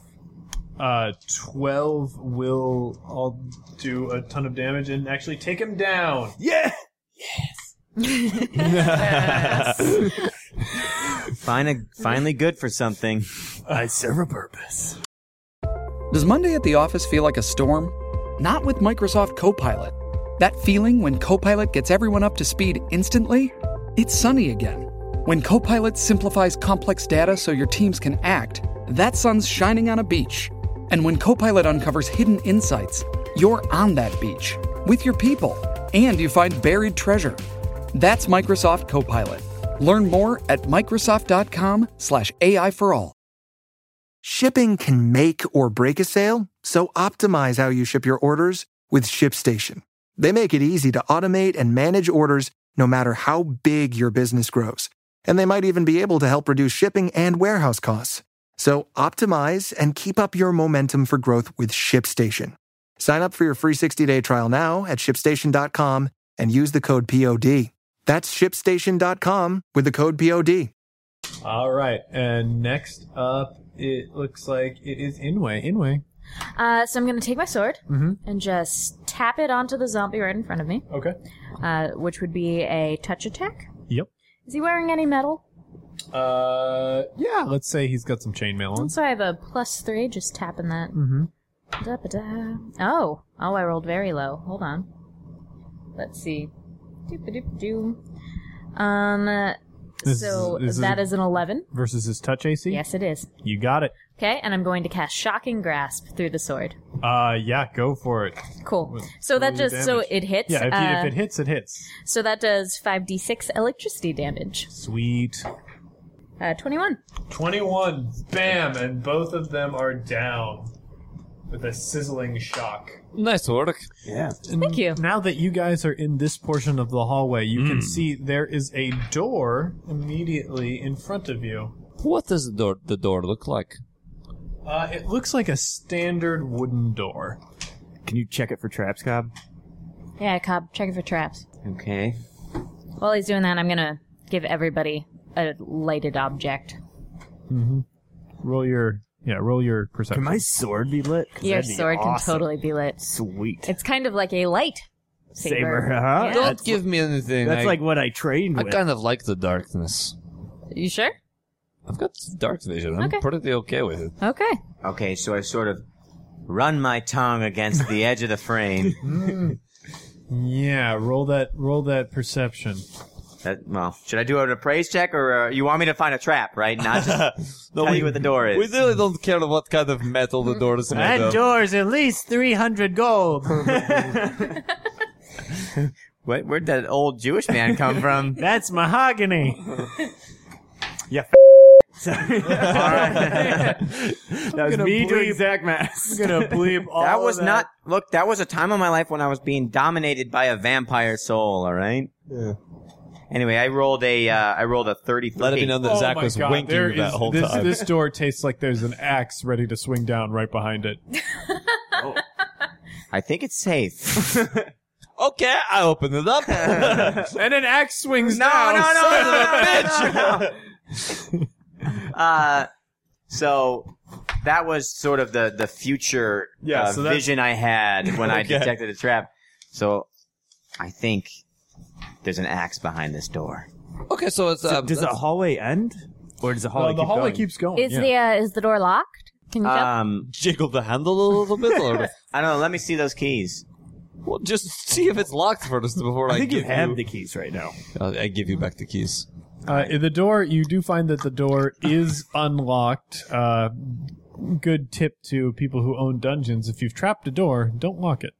Uh, 12 will all do a ton of damage and actually take him down.
Yeah.
Fine, finally good for something.
I serve a purpose.
Does Monday at the office feel like a storm? Not with Microsoft Copilot. That feeling when Copilot gets everyone up to speed instantly? It's sunny again. When Copilot simplifies complex data so your teams can act, that sun's shining on a beach. And when Copilot uncovers hidden insights, you're on that beach with your people and you find buried treasure. That's Microsoft Copilot. Learn more at Microsoft.com/slash AI for all.
Shipping can make or break a sale, so optimize how you ship your orders with ShipStation. They make it easy to automate and manage orders no matter how big your business grows. And they might even be able to help reduce shipping and warehouse costs. So optimize and keep up your momentum for growth with ShipStation. Sign up for your free 60-day trial now at shipstation.com and use the code POD. That's shipstation.com with the code POD.
All right. And next up, it looks like it is Inway. Inway.
Uh, so I'm going to take my sword and just tap it onto the zombie right in front of me,
Okay.
uh, which would be a touch attack.
Yep.
Is he wearing any metal?
Uh, yeah, let's say he's got some chainmail on.
So I have a plus three just tapping that.
Mm-hmm.
Da, ba, da. Oh, oh, I rolled very low. Hold on. Let's see. Doop-a-doop-doo. Um, uh,
This
so
is- this
that is an 11.
Versus his touch AC?
Yes, it is.
You got it.
Okay, and I'm going to cast Shocking Grasp through the sword.
Uh, yeah, go for it.
Cool. So that
your
just, so
damage.
it hits.
Yeah, if, he-
uh,
if it hits, it hits.
So that does 5d6 electricity damage.
Sweet.
Uh, 21.
21 bam and both of them are down with a sizzling shock
Nice work.
Thank you.
now that you guys are in this portion of the hallway you
Hmm.
can see there is a door immediately in front of you
What does the door the door look like?
uh, it looks like a standard wooden door
Can you check it for traps, Cobb?
Yeah, Cobb, check it for traps.
Okay.
While he's doing that, I'm going to give everybody a lighted object.
roll your yeah roll your
Can
perception
my sword be lit? 'Cause
Your
that'd be
sword
awesome.
can totally be lit.
sweet.
It's kind of like a light saber.
Saber, huh?
Yeah.
Don't
That's-
give me anything.
That's
I,
like what I trained
I
with.
kind of like the darkness.
You sure?
I've got dark vision. I'm
Okay.
pretty okay with it.
Okay.
Okay, so I sort of run my tongue against the edge of the frame.
yeah roll that roll that perception
That, well, should I do an appraise check, or uh, you want me to find a trap, right? Not just tell you what the door
We
is.
really don't care what kind of metal the door is made of.
door's at least 300 gold.
What, where'd that old Jewish man come from?
That's mahogany. yeah. F- Sorry. that was me doing Zach Mass.
gonna bleep all
that was not. Look, that was a time in my life when I was being dominated by a vampire soul. All right. Anyway, I rolled a uh, I rolled a thirty three.
Let it be known that
Oh
Zach
my
was
God,
winking
there
that
is-
whole
this,
time.
This door tastes like there's an axe ready to swing down right behind it.
I think it's safe. no,
okay, I opened it up.
And an axe swings
no,
down.
no,
son
no,
of a
no, no, no. uh, so that was sort of the the future
Yeah,
uh,
so that's-
vision I had when I detected a trap. So I think there's an axe behind this door.
okay, so it's
So
um,
does the
that's-
hallway end, or does the hallway?
No, the
keep
hallway
going?
keeps going.
Is
Oh, yeah.
the uh, is the door locked? Can you tell?
Um,
jiggle the handle a little bit, or
I don't know. Let me see those keys.
well, just see if it's locked first before I,
I think you
give
have the keys right now.
Uh, I give you back the keys.
Uh, the door, you do find that the door is unlocked. Uh, good tip to people who own dungeons: if you've trapped a door, don't lock it.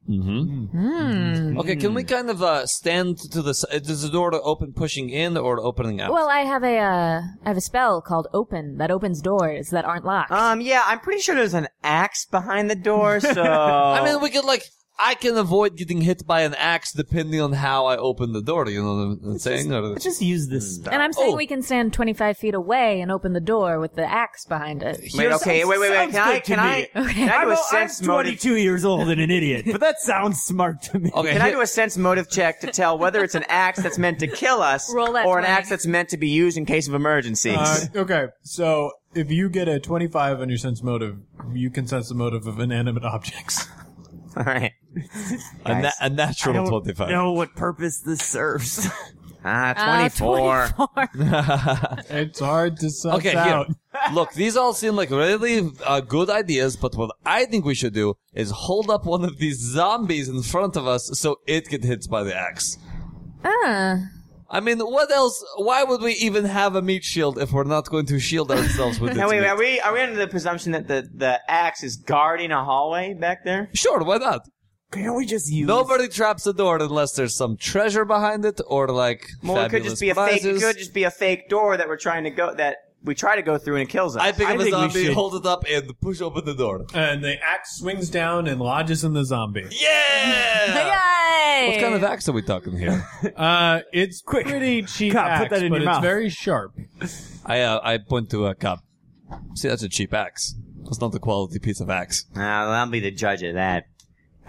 Okay, can we kind of uh, stand to the side? Does the door to open pushing in or to opening out?
Well, I have a uh, I have a spell called Open that opens doors that aren't locked.
Um, yeah, I'm pretty sure there's an axe behind the door. So
I
uh,
mean, we could like. I can avoid getting hit by an axe depending on how I open the door. You know what I'm saying? Or-
Let's just use this stuff.
and I'm saying
oh.
we can stand 25 feet away and open the door with the axe behind it.
Wait, okay, wait, wait, wait. Can I, can I, can I do
I'm,
a
o- I'm
sense motive?
22 years old and an idiot, but that sounds smart to me.
okay,
Can I
here-
do a sense motive check to tell whether it's an axe that's meant to kill us
Roll that
or an
20.
axe that's meant to be used in case of emergencies?
Uh, okay, so if you get a twenty-five on your sense motive, you can sense the motive of inanimate objects.
All right.
a, na- a natural 25.
know what purpose this serves.
Ah,
Uh,
24.
24.
it's hard to suss
Okay, here.
out.
Look, these all seem like really uh, good ideas, but what I think we should do is hold up one of these zombies in front of us so it gets hit by the axe.
Ah.
I mean, what else? Why would we even have a meat shield if we're not going to shield ourselves with it?
Now, wait, are we, are we under the presumption that the, the axe is guarding a hallway back there?
Sure, why not?
Can't we just use
Nobody traps the door unless there's some treasure behind it or like
Well, it could just
fabulous
be a fake, it
prizes.
could just be a fake door that we're trying to go, that we try to go through and it kills us.
I pick
I
up
think
a
we
zombie,
should-
hold it up, and push open the door.
And the axe swings down and lodges in the zombie.
Yeah!
Yay!
What kind of axe are we talking here?
Uh, it's Quick. pretty cheap
God,
axe,
put that in
but
your
it's
mouth.
very sharp.
I uh, I point to a cop. See, that's a cheap axe. That's not the quality piece of axe.
Ah, well, I'll be the judge of that.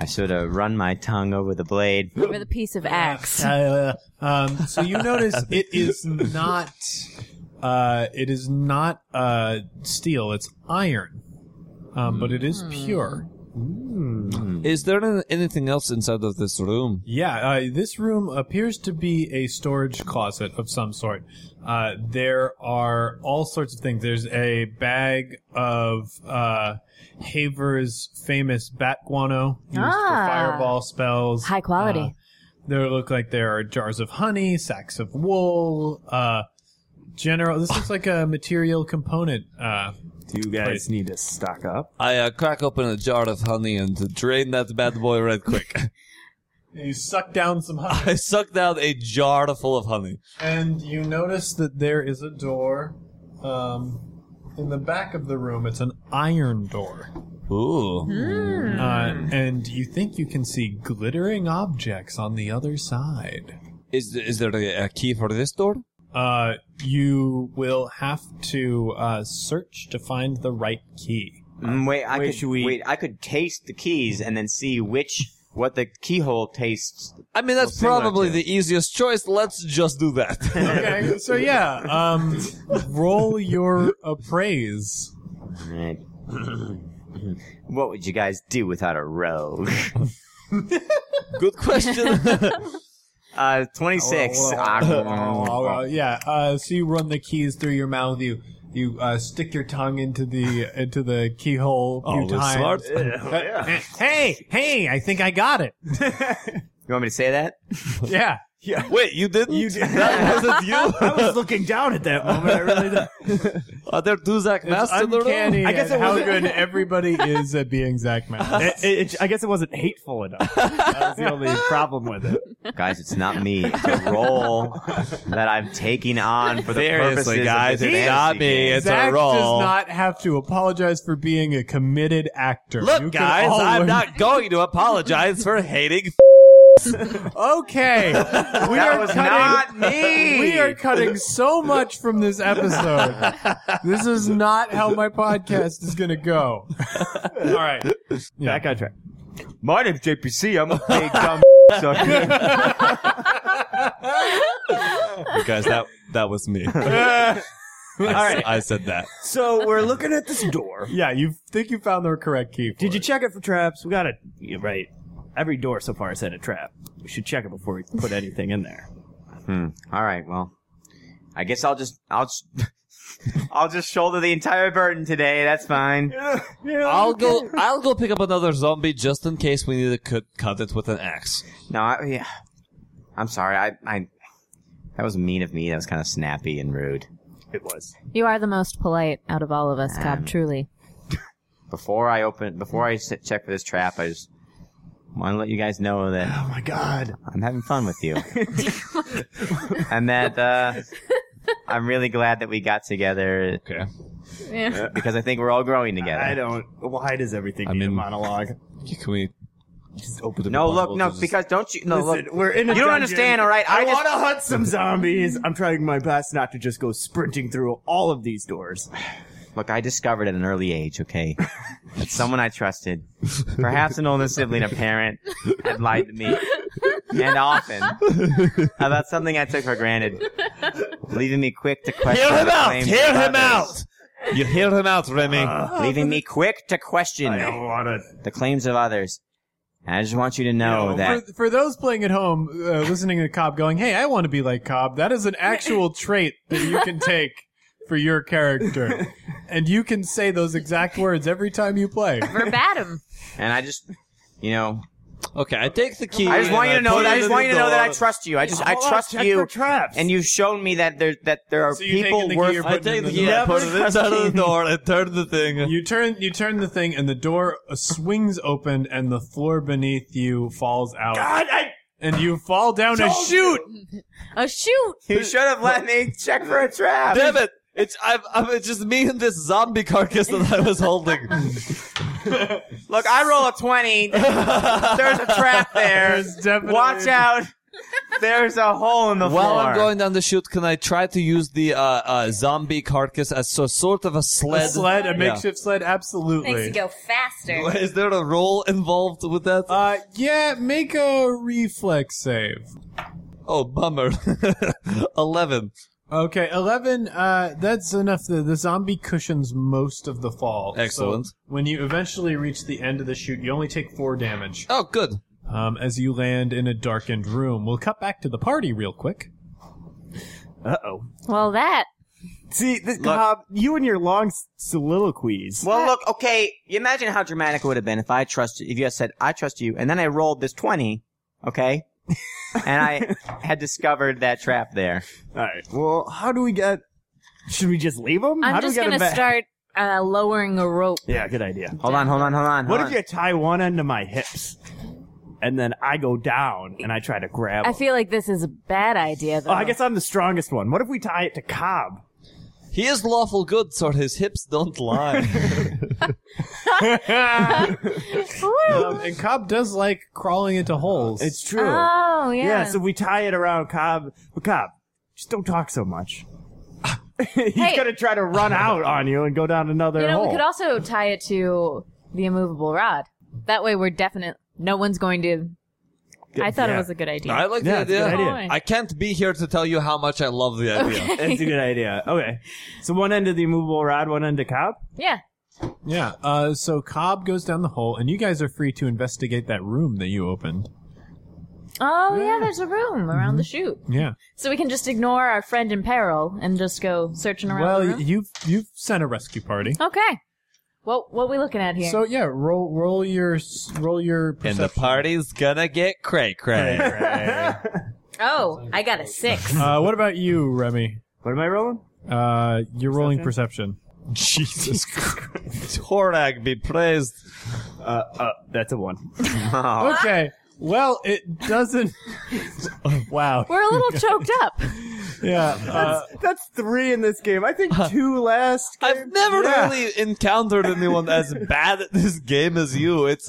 I sort of run my tongue over the blade.
With a piece of axe.
Uh, um, so you notice it is not. Uh, it is not uh, steel. It's iron, um, but it
Hmm.
is pure. Hmm.
Is there an- anything else inside of this room?
Yeah, uh, this room appears to be a storage closet of some sort. Uh, there are all sorts of things. There's a bag of uh, Haver's famous bat guano used
Ah.
for fireball spells.
High quality.
Uh, there look like there are jars of honey, sacks of wool. Uh, general, this looks like a material component. Uh,
Do you guys need to stock up?
I uh, crack open a jar of honey and drain that bad boy right quick.
you suck down some honey,
I sucked out a jar full of honey.
and you notice that there is a door. Um, in the back of the room, it's an iron door,
Ooh.
uh, and you think you can see glittering objects on the other side.
Is is there a, a key for this door?
Uh, you will have to uh, search to find the right key.
Mm, wait, I
Wait,
could
should we-
wait. I could taste the keys and then see which what the keyhole tastes.
I mean, that's
similar
probably
to-
the easiest choice. Let's just do that.
okay, so yeah, um, roll your appraise.
Right. what would you guys do without a rogue?
Good question.
Uh, Ah, mm. twenty six.
Uh, yeah, uh, so you run the keys through your mouth. You you uh, stick your tongue into the into the keyhole. a few
Oh, we're
times.
smart.
Uh, Hey, hey! I think I got it.
You want me to say that?
Yeah.
Wait, you didn't? You did. That wasn't
I
you?
was looking down at that moment. I really did.
Are there two Zach
It's
Masks in the
uncanny
room?
I guess how good everybody is at being Zach Mass.
It- it- it- I guess it wasn't hateful enough. That was the only problem with it.
guys, it's not me. It's a role that I'm taking on for the purposes
Seriously,
of
guys,
this
it's
fantasy
not me.
game.
It's
Zach
a role.
does not have to apologize for being a committed actor. You
Look,
can
guys,
all
I'm
learn-
not going to apologize for hating
Okay. We
That
are
was
cutting,
not me.
We are cutting so much from this episode. this is not how my podcast is going to go. All right. Yeah.
Back on track.
My name's JPC. I'm a big dumb sucker.
Guys, that that was me. I, s- I said that.
So we're looking at this door.
Yeah, you think you found the correct key. for
Did you
it.
check it for traps? We got it. Yeah, right. Every door so far has had a trap. We should check it before we put anything in there.
Hmm. All right. Well, I guess I'll just I'll just, I'll just shoulder the entire burden today. That's fine.
I'll go. I'll go pick up another zombie just in case we need to cut, cut it with an axe.
No, I, yeah. I'm sorry. I I that was mean of me. That was kind of snappy and rude.
It was.
You are the most polite out of all of us, Cobb.
Um,
Truly.
Before I open, before I sit, check for this trap, I just want to let you guys know that
Oh my god.
I'm having fun with you, and that uh, I'm really glad that we got together
Okay.
because I think we're all growing together.
I don't. Why does everything
I
need a
mean-
monologue?
Can we just open the
No,
bottle
look, no,
to just-
because don't you? No,
Listen,
look.
we're in a
you
dungeon.
don't understand, all right? I
I,
just-
want to hunt some zombies. I'm trying my best not to just go sprinting through all of these doors.
Look, I discovered at an early age, okay, that someone I trusted, perhaps an older sibling, a parent, had lied to me, and often about something I took for granted, leaving me quick to question.
Hear him
the
out!
claims
Hear
of
him
others.
out! You hear him out, Remy.
Leaving me quick to question
I don't want to.
the claims of others. And I just want you to know that
For, for those playing at home, uh, listening to Cobb going, hey, I want to be like Cobb, that is an actual trait that you can take for your character. And you can say those exact words every time you play.
Verbatim.
and I just you know
okay, I take the key.
I just want you to
and
know
put
that
it
I just
in
want
the
you to know that I
door.
trust you. I just I
Oh,
Hold on,
trust
check
you
for traps.
and you've shown me that there that there are
So you're taking the
people
key,
worth
you're
I
putting it in
take the
the
key.
door.
I put it inside of the door and turn the thing.
You turn you turn the thing and the door uh, swings open and the floor beneath you falls out.
God, I
And you fall down a chute.
Oh shoot!
You should have let me check for a trap.
Damn it! It's I've, i it's just me and this zombie carcass that I was holding.
Look, I roll a 20. There's a trap there.
There's definitely-
Watch out. There's a hole in the
While
floor.
I'm going down the chute, can I try to use the uh, uh, zombie carcass as so, sort of a sled?
A sled, a
Yeah.
makeshift sled, absolutely.
Makes you go faster.
Is there a roll involved with that?
Uh, yeah, make a reflex save.
oh, bummer. Eleven.
Okay, eleven. Uh, that's enough. The, the zombie cushions most of the fall. So
Excellent.
when you eventually reach the end of the chute, you only take four damage
Oh, good.
um, as you land in a darkened room. We'll cut back to the party real quick.
Uh oh.
Well, that
See, this, Cobb, you and your long s- soliloquies.
well, look, okay. You imagine how dramatic it would have been if I trusted, if you had said, I trust you, and then I rolled this 20, okay? and I had discovered that trap there.
All right. Well, how do we get? Should we just leave them?
I'm
how
just
do we get
gonna
'em back?
start uh, lowering a rope.
Yeah, good idea.
Hold on, hold on, hold on.
What
hold
if you tie one end to my hips, and then I go down and I try to grab?
I
'em?
feel like this is a bad idea, though.
Oh, I guess I'm the strongest one. What if we tie it to Cobb?
He is lawful good, so his hips don't lie.
Woo!
Um, and Cobb does like crawling into holes.
It's true.
Oh yeah.
yeah. so we tie it around Cobb. But Cobb, just don't talk so much. He's
Hey.
gonna try to run out on you and go down another
you know,
hole.
we could also tie it to the immovable rod. That way, we're definite. No one's going to. I thought
yeah.
it was a good idea.
I like
Yeah, it's a
the
good
idea.
idea.
I can't be here to tell you how much I love the idea.
That's a good idea. Okay, so one end of the immovable rod, one end to Cobb.
yeah.
yeah. Uh, so Cobb goes down the hole, and you guys are free to investigate that room that you opened.
Oh yeah. There's a room
Mm-hmm.
around the chute,
Yeah.
so we can just ignore our friend in peril and just go searching around. the
Well,
room.
you've you've sent a rescue party.
okay. Well, what we looking at here?
So yeah, roll roll your s- roll your.
and the
perception.
party's gonna get cray cray.
oh, I got a six.
Uh, what about you, Remy?
What am I rolling?
Uh, you're rolling perception.
Jesus Christ. Torag be praised.
Uh, uh, that's a one.
Okay. Well, it doesn't. wow.
We're a little choked up.
Yeah. uh,
That's three in this game. I think two last.
I've never
Yeah.
really encountered anyone as bad at this game as you. It's,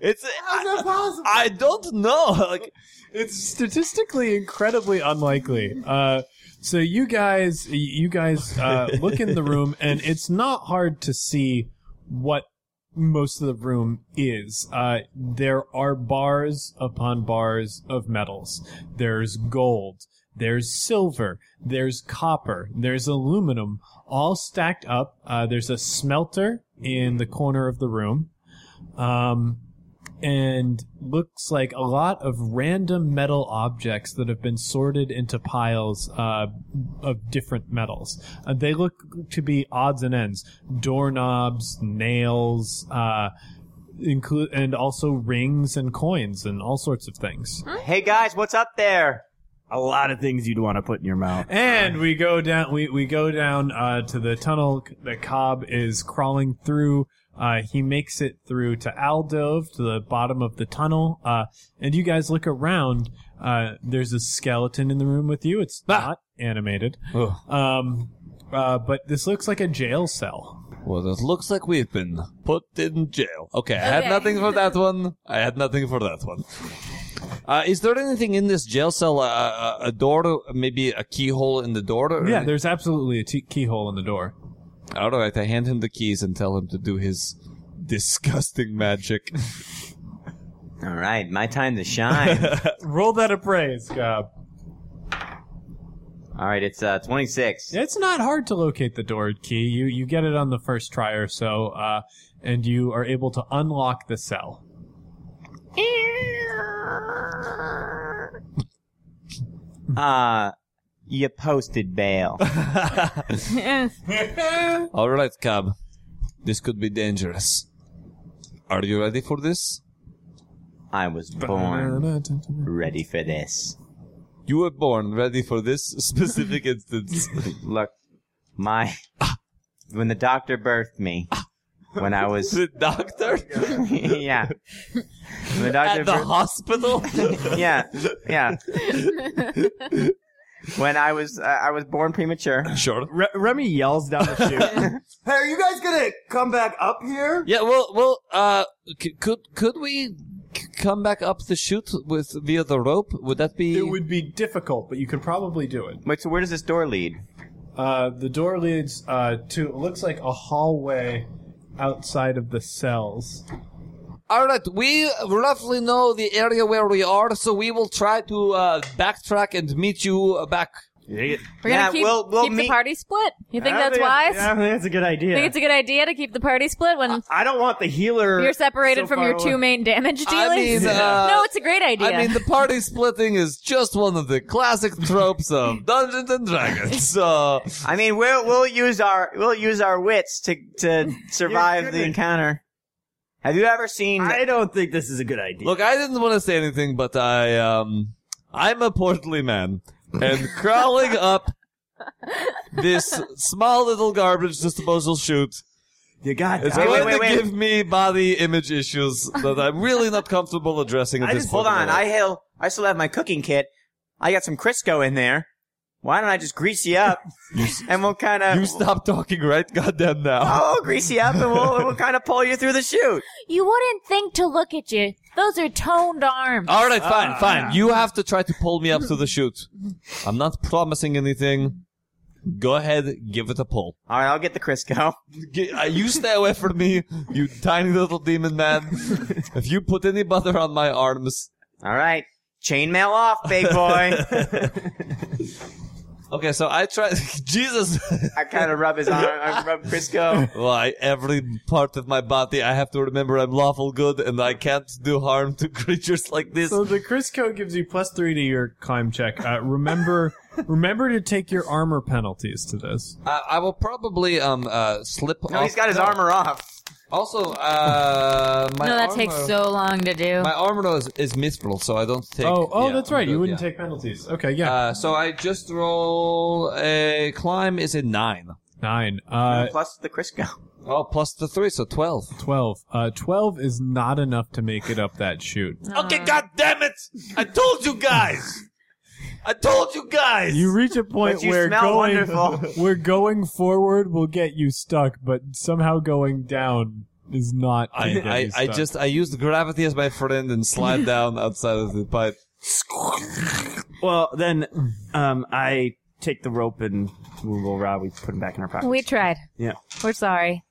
it's.
How's that possible?
I don't know. Like,
it's statistically incredibly unlikely. Uh, so you guys, y- you guys uh, look in the room, and it's not hard to see what most of the room is. Uh, there are bars upon bars of metals. There's gold. There's silver. There's copper. There's aluminum, all stacked up. Uh, there's a smelter in the corner of the room. Um, and looks like a lot of random metal objects that have been sorted into piles uh, of different metals. Uh, they look to be odds and ends: doorknobs, nails, uh, include, and also rings and coins and all sorts of things.
Hey guys, what's up there?
A lot of things you'd want to put in your mouth.
And we go down. We we go down uh, to the tunnel that Cobb is crawling through. Uh, he makes it through to Aldove, to the bottom of the tunnel. Uh, and you guys look around. Uh, there's a skeleton in the room with you. It's not animated. Um, uh, but this looks like a jail cell.
well, it looks like we've been put in jail. Okay, I had
Okay.
nothing for that one. I had nothing for that one. Uh, is there anything in this jail cell? Uh, uh, a door, maybe a keyhole in the door? Or
Yeah, there's absolutely a t- keyhole in the door.
All right, I hand him the keys and tell him to do his disgusting magic.
All right, my time to shine.
Roll that appraise, Cobb.
All right, it's uh 26.
It's not hard to locate the door key. You you get it on the first try or so, uh, and you are able to unlock the cell.
Uh you posted bail.
All right, Cab. This could be dangerous. Are you ready for this?
I was born ready for this.
You were born ready for this specific instance.
Look, my when the doctor birthed me, when I was
the doctor
yeah, when the doctor
at the
birthed-
hospital.
yeah, yeah. when I was uh, I was born premature.
sure.
Re- Remy yells down the chute. hey, are you guys gonna come back up here?
Yeah. Well. Well. Uh. C- could could we c- come back up the chute with via the rope? Would that be?
It would be difficult, but you could probably do it.
Wait, so where does this door lead?
Uh, the door leads uh, to it looks like a hallway outside of the cells.
All right. We roughly know the area where we are, so we will try to uh, backtrack and meet you uh, back.
We're gonna
Yeah,
keep,
we'll- we'll
keep
meet-
the party split. You think
I don't
that's
think-
wise?
I don't think that's a good idea.
Think it's a good idea to keep the party split when
I don't want the healer.
you're
Uh,
separated
so
from
far
your
away.
two main damage
I
dealers?
mean, uh,
no, it's a great idea.
I mean, the party splitting is just one of the classic tropes of Dungeons and Dragons. So
I mean, we'll we'll use our we'll use our wits to to survive the
kidding.
encounter. Have you ever seen?
I don't think this is a good idea.
look, I didn't want to say anything, but I um, I'm a portly man, and crawling up this small little garbage disposal chute
you got
is
Wait,
going
wait, wait,
to
wait.
give me body image issues that I'm really not comfortable addressing at
I
this
just hold
point in
on.
my
I
life.
hell, I still have my cooking kit. I got some Crisco in there. Why don't I just grease you up and we'll kind
you
of
stop talking right goddamn now.
oh grease you up and we'll we'll kind of pull you through the chute.
you wouldn't think to look at you. Those are toned arms.
All right,
uh,
fine, fine. You have to try to pull me up to the chute. I'm not promising anything. Go ahead, give it a pull.
All right, I'll get the Crisco.
G- uh, You stay away from me, you tiny little demon man. If you put any butter on my arms.
All right, chainmail off, big boy.
Okay, so I try. Jesus.
I kind of rub his arm. I rub Crisco.
Well, I, every part of my body, I have to remember I'm lawful good and I can't do harm to creatures like this.
So the Crisco gives you plus three to your climb check. Uh, remember, remember to take your armor penalties to this.
I, I will probably um uh slip.
No,
off-
he's got his armor off.
Also, uh, my
no, that
armor-
takes so long to do.
My armor is, is mithril, so I don't take.
oh, oh,
yeah,
that's
I'm
right.
good,
You wouldn't
yeah.
take penalties. Okay, yeah,
Uh, so I just roll a climb is a nine.
nine. Uh,
Plus the Crisco.
Oh, plus the three, so 12.
12. Uh, 12 is not enough to make it up that chute.
Okay, god damn it! I told you guys. I told you guys.
You reach a point
But you
where
smell
going,
wonderful.
where going forward will get you stuck, but somehow going down is not. gonna get
I,
you
I, I
stuck.
just I used gravity as my friend and slid down outside of the pipe.
Well, then um, I take the rope and move over. Rob. We put him back in our pocket.
We tried.
Yeah.
We're sorry.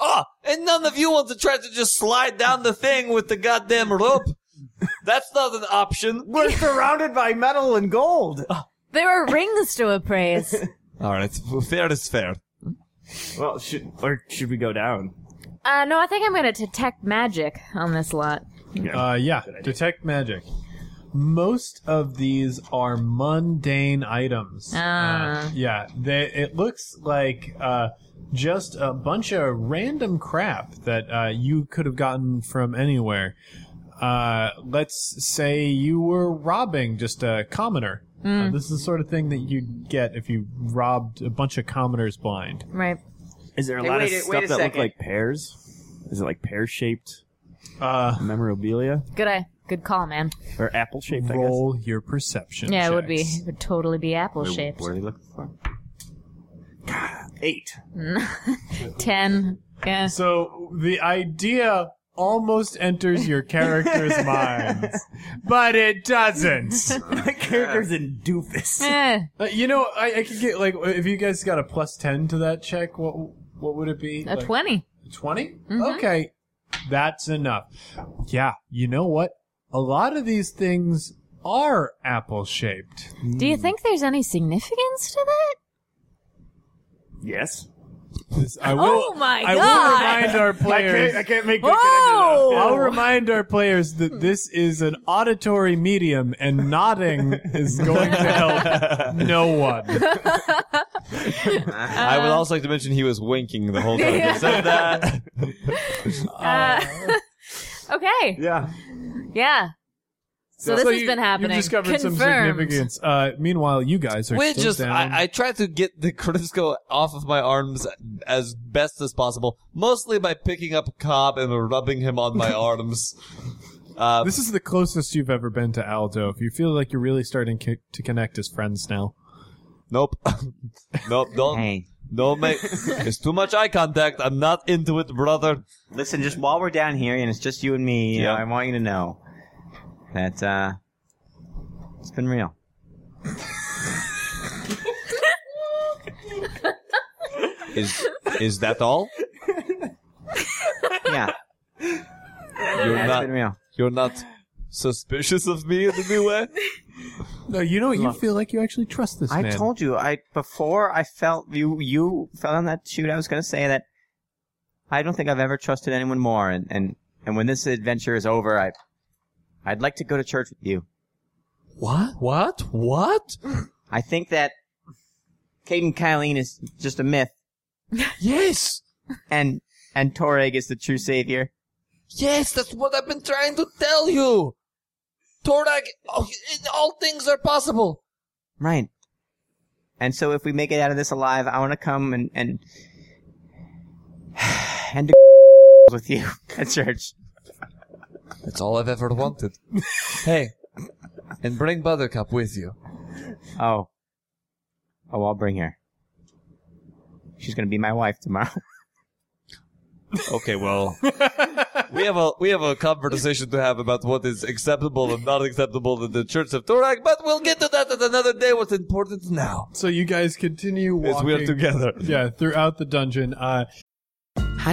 Oh, and none of you want to try to just slide down the thing with the goddamn rope. That's not an option.
We're surrounded by metal and gold.
There are rings to appraise.
All right, fair is fair.
Well, should, or should we go down?
uh, no, I think I'm going to detect magic on this lot.
Uh, yeah, detect magic. Most of these are mundane items.
Ah.
Uh, yeah, they, it looks like uh, just a bunch of random crap that uh, you could have gotten from anywhere. Uh, let's say you were robbing just a commoner.
Hmm.
Uh, this is the sort of thing that you'd get if you robbed a bunch of commoners blind.
Right.
Is there a
Hey,
lot
wait a-
of
wait
stuff
a
that look
second.
like pears? Is it like pear shaped
Uh,
memorabilia
Good eye. Good call, man.
or apple shaped? I guess.
roll your perception.
Yeah, it would be.
checks.
It would totally be apple shaped.
What are they looking for?
Eight.
Ten. Yeah.
So the idea almost enters your character's mind, but it doesn't.
My character's in doofus.
Eh.
Uh, you know, I, I could get like if you guys got a plus ten to that check, what what would it be?
A Mm-hmm. twenty.
20 Okay, that's enough. Yeah, you know what? A lot of these things are apple shaped.
Do you think there's any significance to that?
yes.
I will.
Oh my
I
God.
will remind our players.
can't make
I'll
Oh!
remind our players that this is an auditory medium and nodding is going to help no one.
I would also like to mention he was winking the whole time he said that.
Uh, okay.
Yeah.
Yeah. So, this has
you-
been happening.
You've discovered some
Confirmed.
significance. Uh, meanwhile, you guys are
We
still
just
down.
I, I tried to get the Crisco off of my arms as best as possible, mostly by picking up Cobb and rubbing him on my arms. Uh,
this is the closest you've ever been to Aldo. If you feel like you're really starting co- to connect as friends now,
nope, nope, don't,
Hey,
don't make. It's too much eye contact. I'm not into it, brother.
listen, just while we're down here and it's just you and me, you
Yeah.
know, I want you to know that uh, it's been real.
Is is that all?
Yeah,
You're
yeah it's
not
been real.
you're not suspicious of me in any way.
no, you know you feel like you actually trust this
I
man.
told you, I before I felt you you fell on that chute. I was going to say that I don't think I've ever trusted anyone more, and and and when this adventure is over, I I'd like to go to church with you.
What? What? What?
I think that Caden Kyleen is just a myth,
Yes.
and and Toreg is the true savior.
Yes, that's what I've been trying to tell you. Tordag, oh, all things are possible.
Right. And so if we make it out of this alive, I want to come and and and to with you at church.
That's all I've ever wanted. hey, and bring Buttercup with you.
Oh. Oh, I'll bring her. She's gonna be my wife tomorrow.
Okay, well, we have a we have a conversation to have about what is acceptable and not acceptable in the Church of Torag, but we'll get to that at another day. What's important now
So you guys continue
is
walking.
we are together.
Yeah, throughout the dungeon. Uh,
How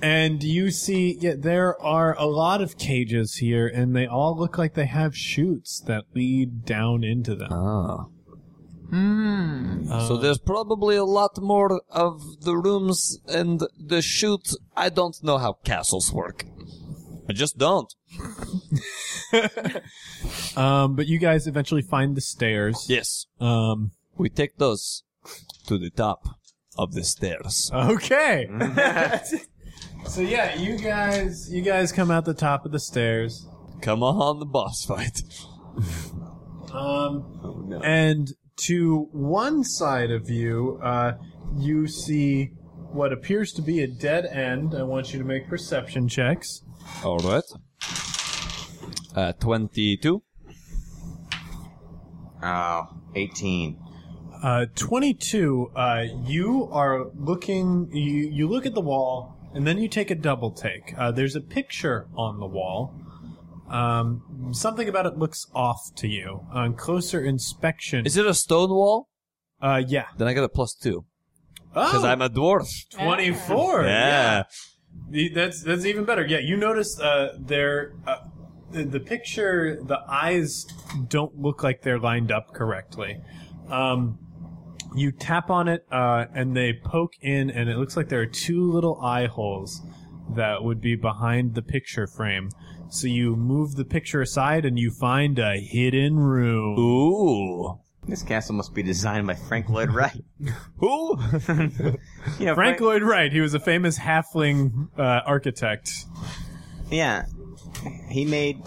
And you see, yeah, there are a lot of cages here, and they all look like they have chutes that lead down into them.
Ah. so there's probably a lot more of the rooms and the chute. I don't know how castles work. I just don't.
Um, but you guys eventually find the stairs.
Yes.
Um,
we take those to the top of the stairs.
Okay. so yeah, you guys, you guys come out the top of the stairs.
Come on, the boss fight.
Um, And to one side of you, uh, you see what appears to be a dead end. I want you to make perception checks.
All right. Uh, 22.
Oh, 18.
Uh, 22, uh, you are looking, you, you look at the wall, and then you take a double take. Uh, there's a picture on the wall. Um, something about it looks off to you. On closer inspection.
Is it a stone wall?
Uh, yeah.
Then I get a plus two. Because
Oh,
I'm a dwarf.
24.
Yeah.
The- That's that's even better. Yeah, you notice uh, there uh, the, the picture, the eyes don't look like they're lined up correctly. Um, you tap on it uh, and they poke in, and it looks like there are two little eye holes that would be behind the picture frame. So you move the picture aside and you find a hidden room.
Ooh.
This castle must be designed by Frank Lloyd Wright.
Who?
yeah,
Frank Lloyd Wright, he was a famous halfling uh, architect.
Yeah. He made.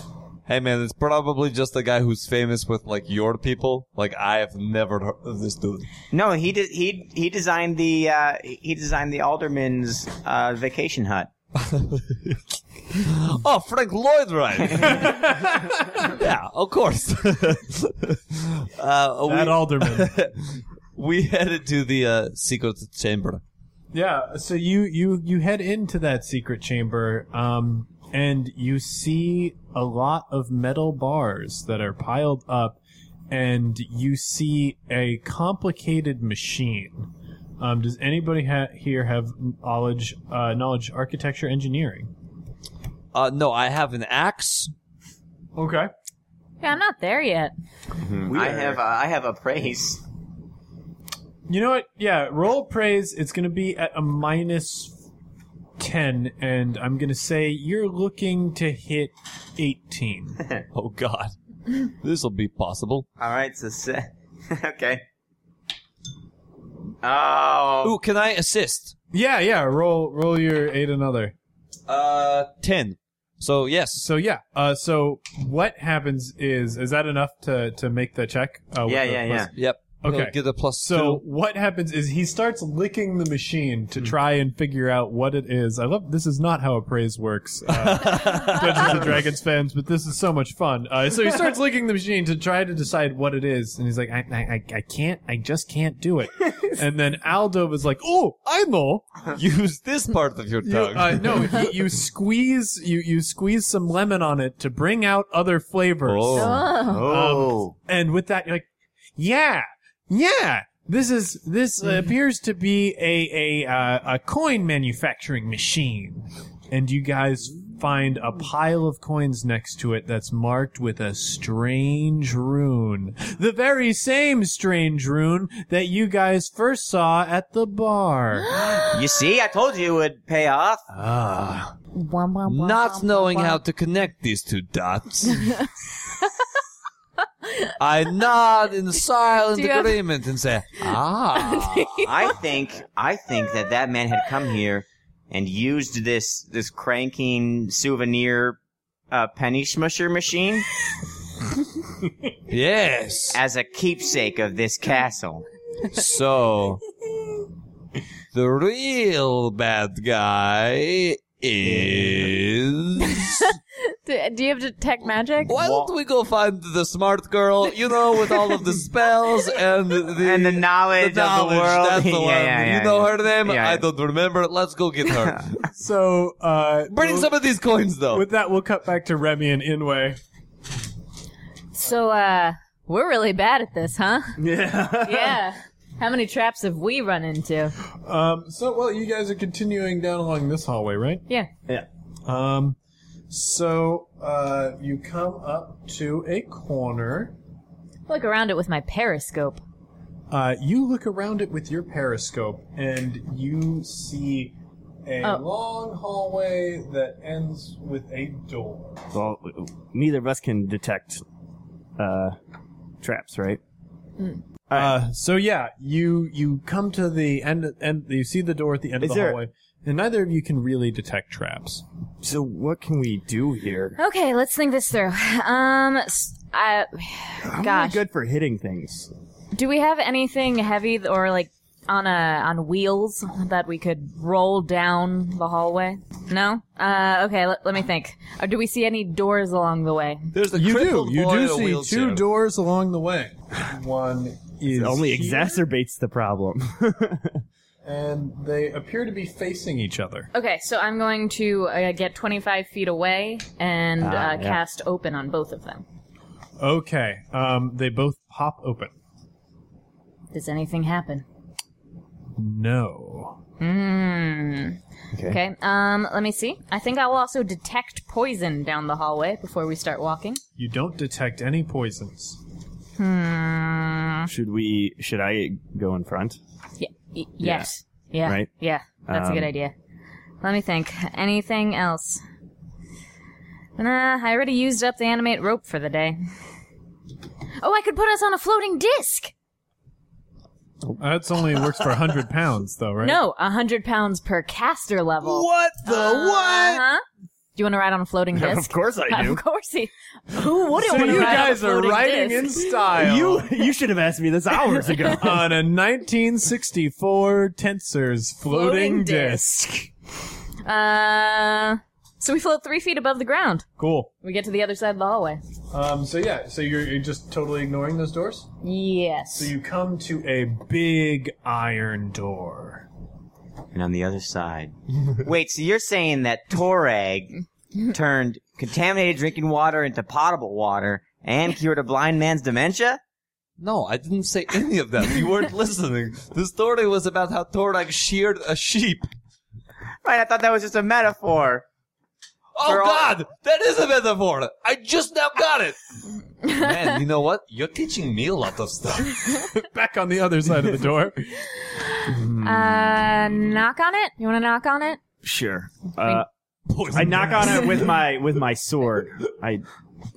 Hey man, it's probably just a guy who's famous with like your people. Like I have never heard of this dude.
No, he did. He he designed the uh, he designed the alderman's uh, vacation hut.
Oh, Frank Lloyd Wright. yeah, of course. uh,
That
we,
alderman.
we headed to the uh, secret chamber.
Yeah, so you you you head into that secret chamber, um, and you see a lot of metal bars that are piled up, and you see a complicated machine. Um, does anybody ha- here have knowledge uh, knowledge architecture engineering?
Uh, no, I have an axe.
Okay.
Yeah, I'm not there yet.
I have uh, I have a praise.
You know what? Yeah, roll praise. It's going to be at a minus ten, and I'm going to say you're looking to hit eighteen.
Oh God, this will be possible.
All right, so se- okay. Oh,
Ooh, can I assist?
Yeah, yeah. Roll, roll your eight another.
Uh, ten. So yes.
So yeah. Uh, so what happens is is that enough to to make the check? Uh, with
yeah,
the
yeah,
plus-
yeah.
Yep.
Okay.
Get a plus
So
two.
what happens is he starts licking the machine
Mm.
to try and figure out what it is. I love this is not how appraise works, uh, Dungeons and Dragons fans, but this is so much fun. Uh, so he starts licking the machine to try to decide what it is, and he's like, I, I, I- I can't, I just can't do it. and then Aldo was like, Oh, I know.
Use this part of your
You,
tongue.
uh, no, you, you squeeze you you squeeze some lemon on it to bring out other flavors. Um,
Oh.
Oh,
And with that, you're like, yeah, yeah. This is this appears to be a a uh, a coin manufacturing machine, and you guys find a pile of coins next to it that's marked with a strange rune, the very same strange rune that you guys first saw at the bar.
you see, I told you it would pay off.
Womp, womp, womp,
Not
womp,
knowing
womp,
how to connect these two dots. I nod in silent
Do you have-
agreement and say, "Ah,
I think I think that that man had come here and used this this cranking souvenir uh, penny smusher machine
yes."
as a keepsake of this castle.
So the real bad guy is.
do, do you have detect magic?
Why don't we go find the smart girl? You know, with all of the spells and the
and the knowledge,
the
of the world.
That's the
Yeah,
one.
yeah, yeah,
you know
yeah.
her name.
Yeah,
I
yeah.
don't remember. Let's go get her.
So, uh,
Bring some of these coins,
Oh.
though.
With that, we'll cut back to Remy and Inway.
So, uh, we're really bad at this, huh?
Yeah.
yeah. How many traps have we run into?
Um, so, well, you guys are continuing down along this hallway, right?
Yeah.
Yeah. Um, so, uh, you come up to a corner.
Look around it with my periscope.
Uh, you look around it with your periscope, and you see a
Oh.
long hallway that ends with a door.
Well, w- w- neither of us can detect uh, traps, right?
Uh, so yeah, you you come to the end, and you see the door at the end
Is
of the
there-
hallway, and neither of you can really detect traps.
So what can we do here?
Okay, let's think this through. Um, s- I,
I'm really
gosh,
good for hitting things.
do we have anything heavy th- or like on a on wheels that we could roll down the hallway? No. Uh, okay, let, let me think. Or do we see any doors along the way?
There's
you do you do see two doors along the way. One is
It only
here,
exacerbates the problem.
and they appear to be facing each other.
Okay, so I'm going to uh, get 25 feet away and uh,
Ah, yeah.
cast open on both of them.
Okay, um, they both pop open.
Does anything happen?
No.
Mm.
Okay.
Okay. Um. Let me see. I think I will also detect poison down the hallway before we start walking.
You don't detect any poisons.
Hmm.
should we? Should I go in front?
Yeah. y- Yes. Yeah.
Right?
Yeah. That's a good
Um,
idea. Let me think. Anything else? Nah. I already used up the animate rope for the day. Oh, I could put us on a floating disc.
That's only works for hundred pounds, though, right?
No, a hundred pounds per caster level.
What
the what? Huh? Do you want to ride on a floating
Of
disc?
course I do.
Of course he. Who wouldn't
So
want to
you
ride on a
guys are
floating
riding
disc?
in style.
You you should have asked me this hours ago.
on a 1964 Tensor's floating,
Floating
disc.
Uh, so we float three feet above the ground.
Cool.
We get to the other side of the hallway.
Um, so yeah, so you're, you're just totally ignoring those doors.
Yes.
So you come to a big iron door.
And on the other side. Wait, so you're saying that Torag turned contaminated drinking water into potable water and cured a blind man's dementia?
No, I didn't say any of that. You weren't listening. The story was about how Torag sheared a sheep.
Right, I thought that was just a metaphor.
Oh God, that is a metaphor. I just now got it. Man, you know what? You're teaching me a lot of stuff.
Back on the other side of the door.
Uh, knock on it. You want to knock on it?
Sure. Uh, I knock on it with my with my sword. I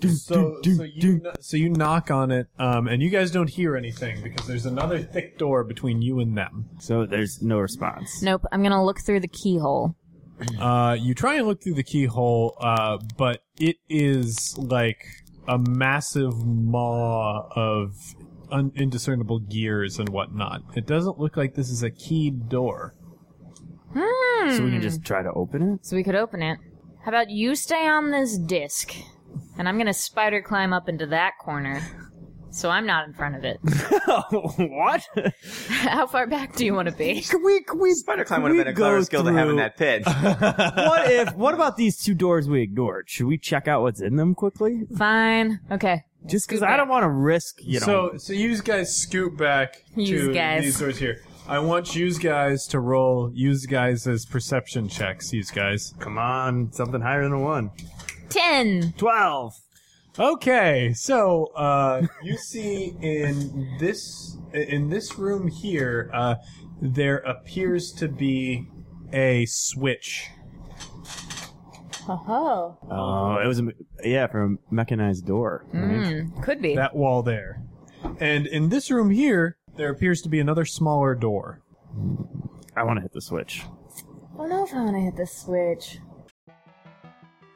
so, so, you, kn- so you knock on it, um, and you guys don't hear anything because there's another thick door between you and them.
So there's no response.
Nope. I'm gonna look through the keyhole.
Uh, you try and look through the keyhole, uh, but it is like a massive maw of un- indiscernible gears and whatnot. It doesn't look like this is a keyed door.
Hmm.
So we can just try to open it.
So we could open it. How about you stay on this disc, and I'm gonna spider climb up into that corner, so I'm not in front of it.
what?
How far back do you want to be?
We we
Spider climb would have been a clever skill to have in that pit.
what if? What about these two doors we ignored? Should we check out what's in them quickly?
Fine. Okay.
Just because I don't want to risk, you know.
So, so you guys scoot back
Yous
to
guys.
these doors here. I want you guys to roll you guys as perception checks. You guys.
come on, something higher than a one.
Ten.
Twelve.
Okay, so uh, you see in this in this room here, uh, there appears to be a switch.
Oh.
Oh, it was a, me- yeah from mechanized door. right?
Hmm. Could be.
That wall there, and in this room here, there appears to be another smaller door.
I want to hit the switch.
Oh, I don't know if I want to hit the switch.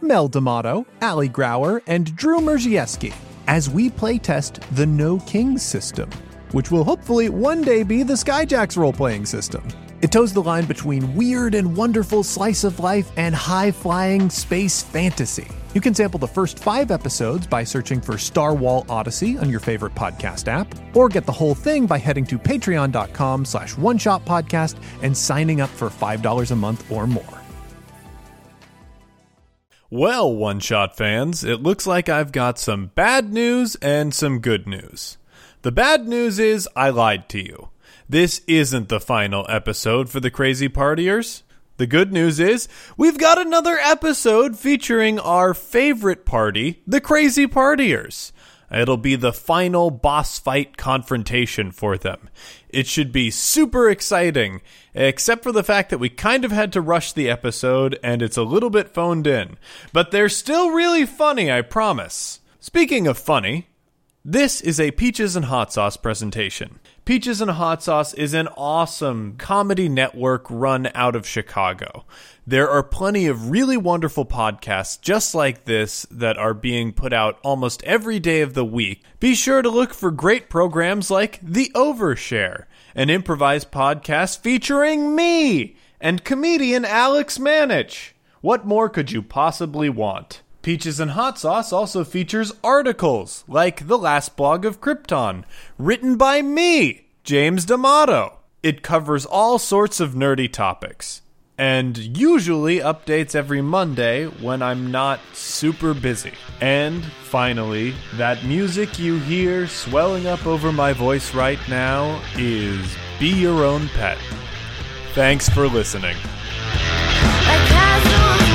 Mel D'Amato, Ali Grauer, and Drew Merzieski, as we playtest the No Kings system, which will hopefully one day be the Skyjacks role playing system. It toes the line between weird and wonderful slice of life and high flying space fantasy. You can sample the first five episodes by searching for Star Wall Odyssey on your favorite podcast app, or get the whole thing by heading to patreon.com slash one shot podcast and signing up for $5 a month or more.
Well, one shot fans, it looks like I've got some bad news and some good news. The bad news is I lied to you. This isn't the final episode for the Crazy Partiers. The good news is we've got another episode featuring our favorite party, the Crazy Partiers. It'll be the final boss fight confrontation for them. It should be super exciting, except for the fact that we kind of had to rush the episode and it's a little bit phoned in. But they're still really funny, I promise. Speaking of funny, this is a Peaches and Hot Sauce presentation. Peaches and Hot Sauce is an awesome comedy network run out of Chicago. There are plenty of really wonderful podcasts just like this that are being put out almost every day of the week. Be sure to look for great programs like The Overshare, an improvised podcast featuring me and comedian Alex Manich. What more could you possibly want? Peaches and Hot Sauce also features articles like The Last Blog of Krypton, written by me, James D'Amato. It covers all sorts of nerdy topics and usually updates every Monday when I'm not super busy. And finally, that music you hear swelling up over my voice right now is Be Your Own Pet. Thanks for listening.
Castle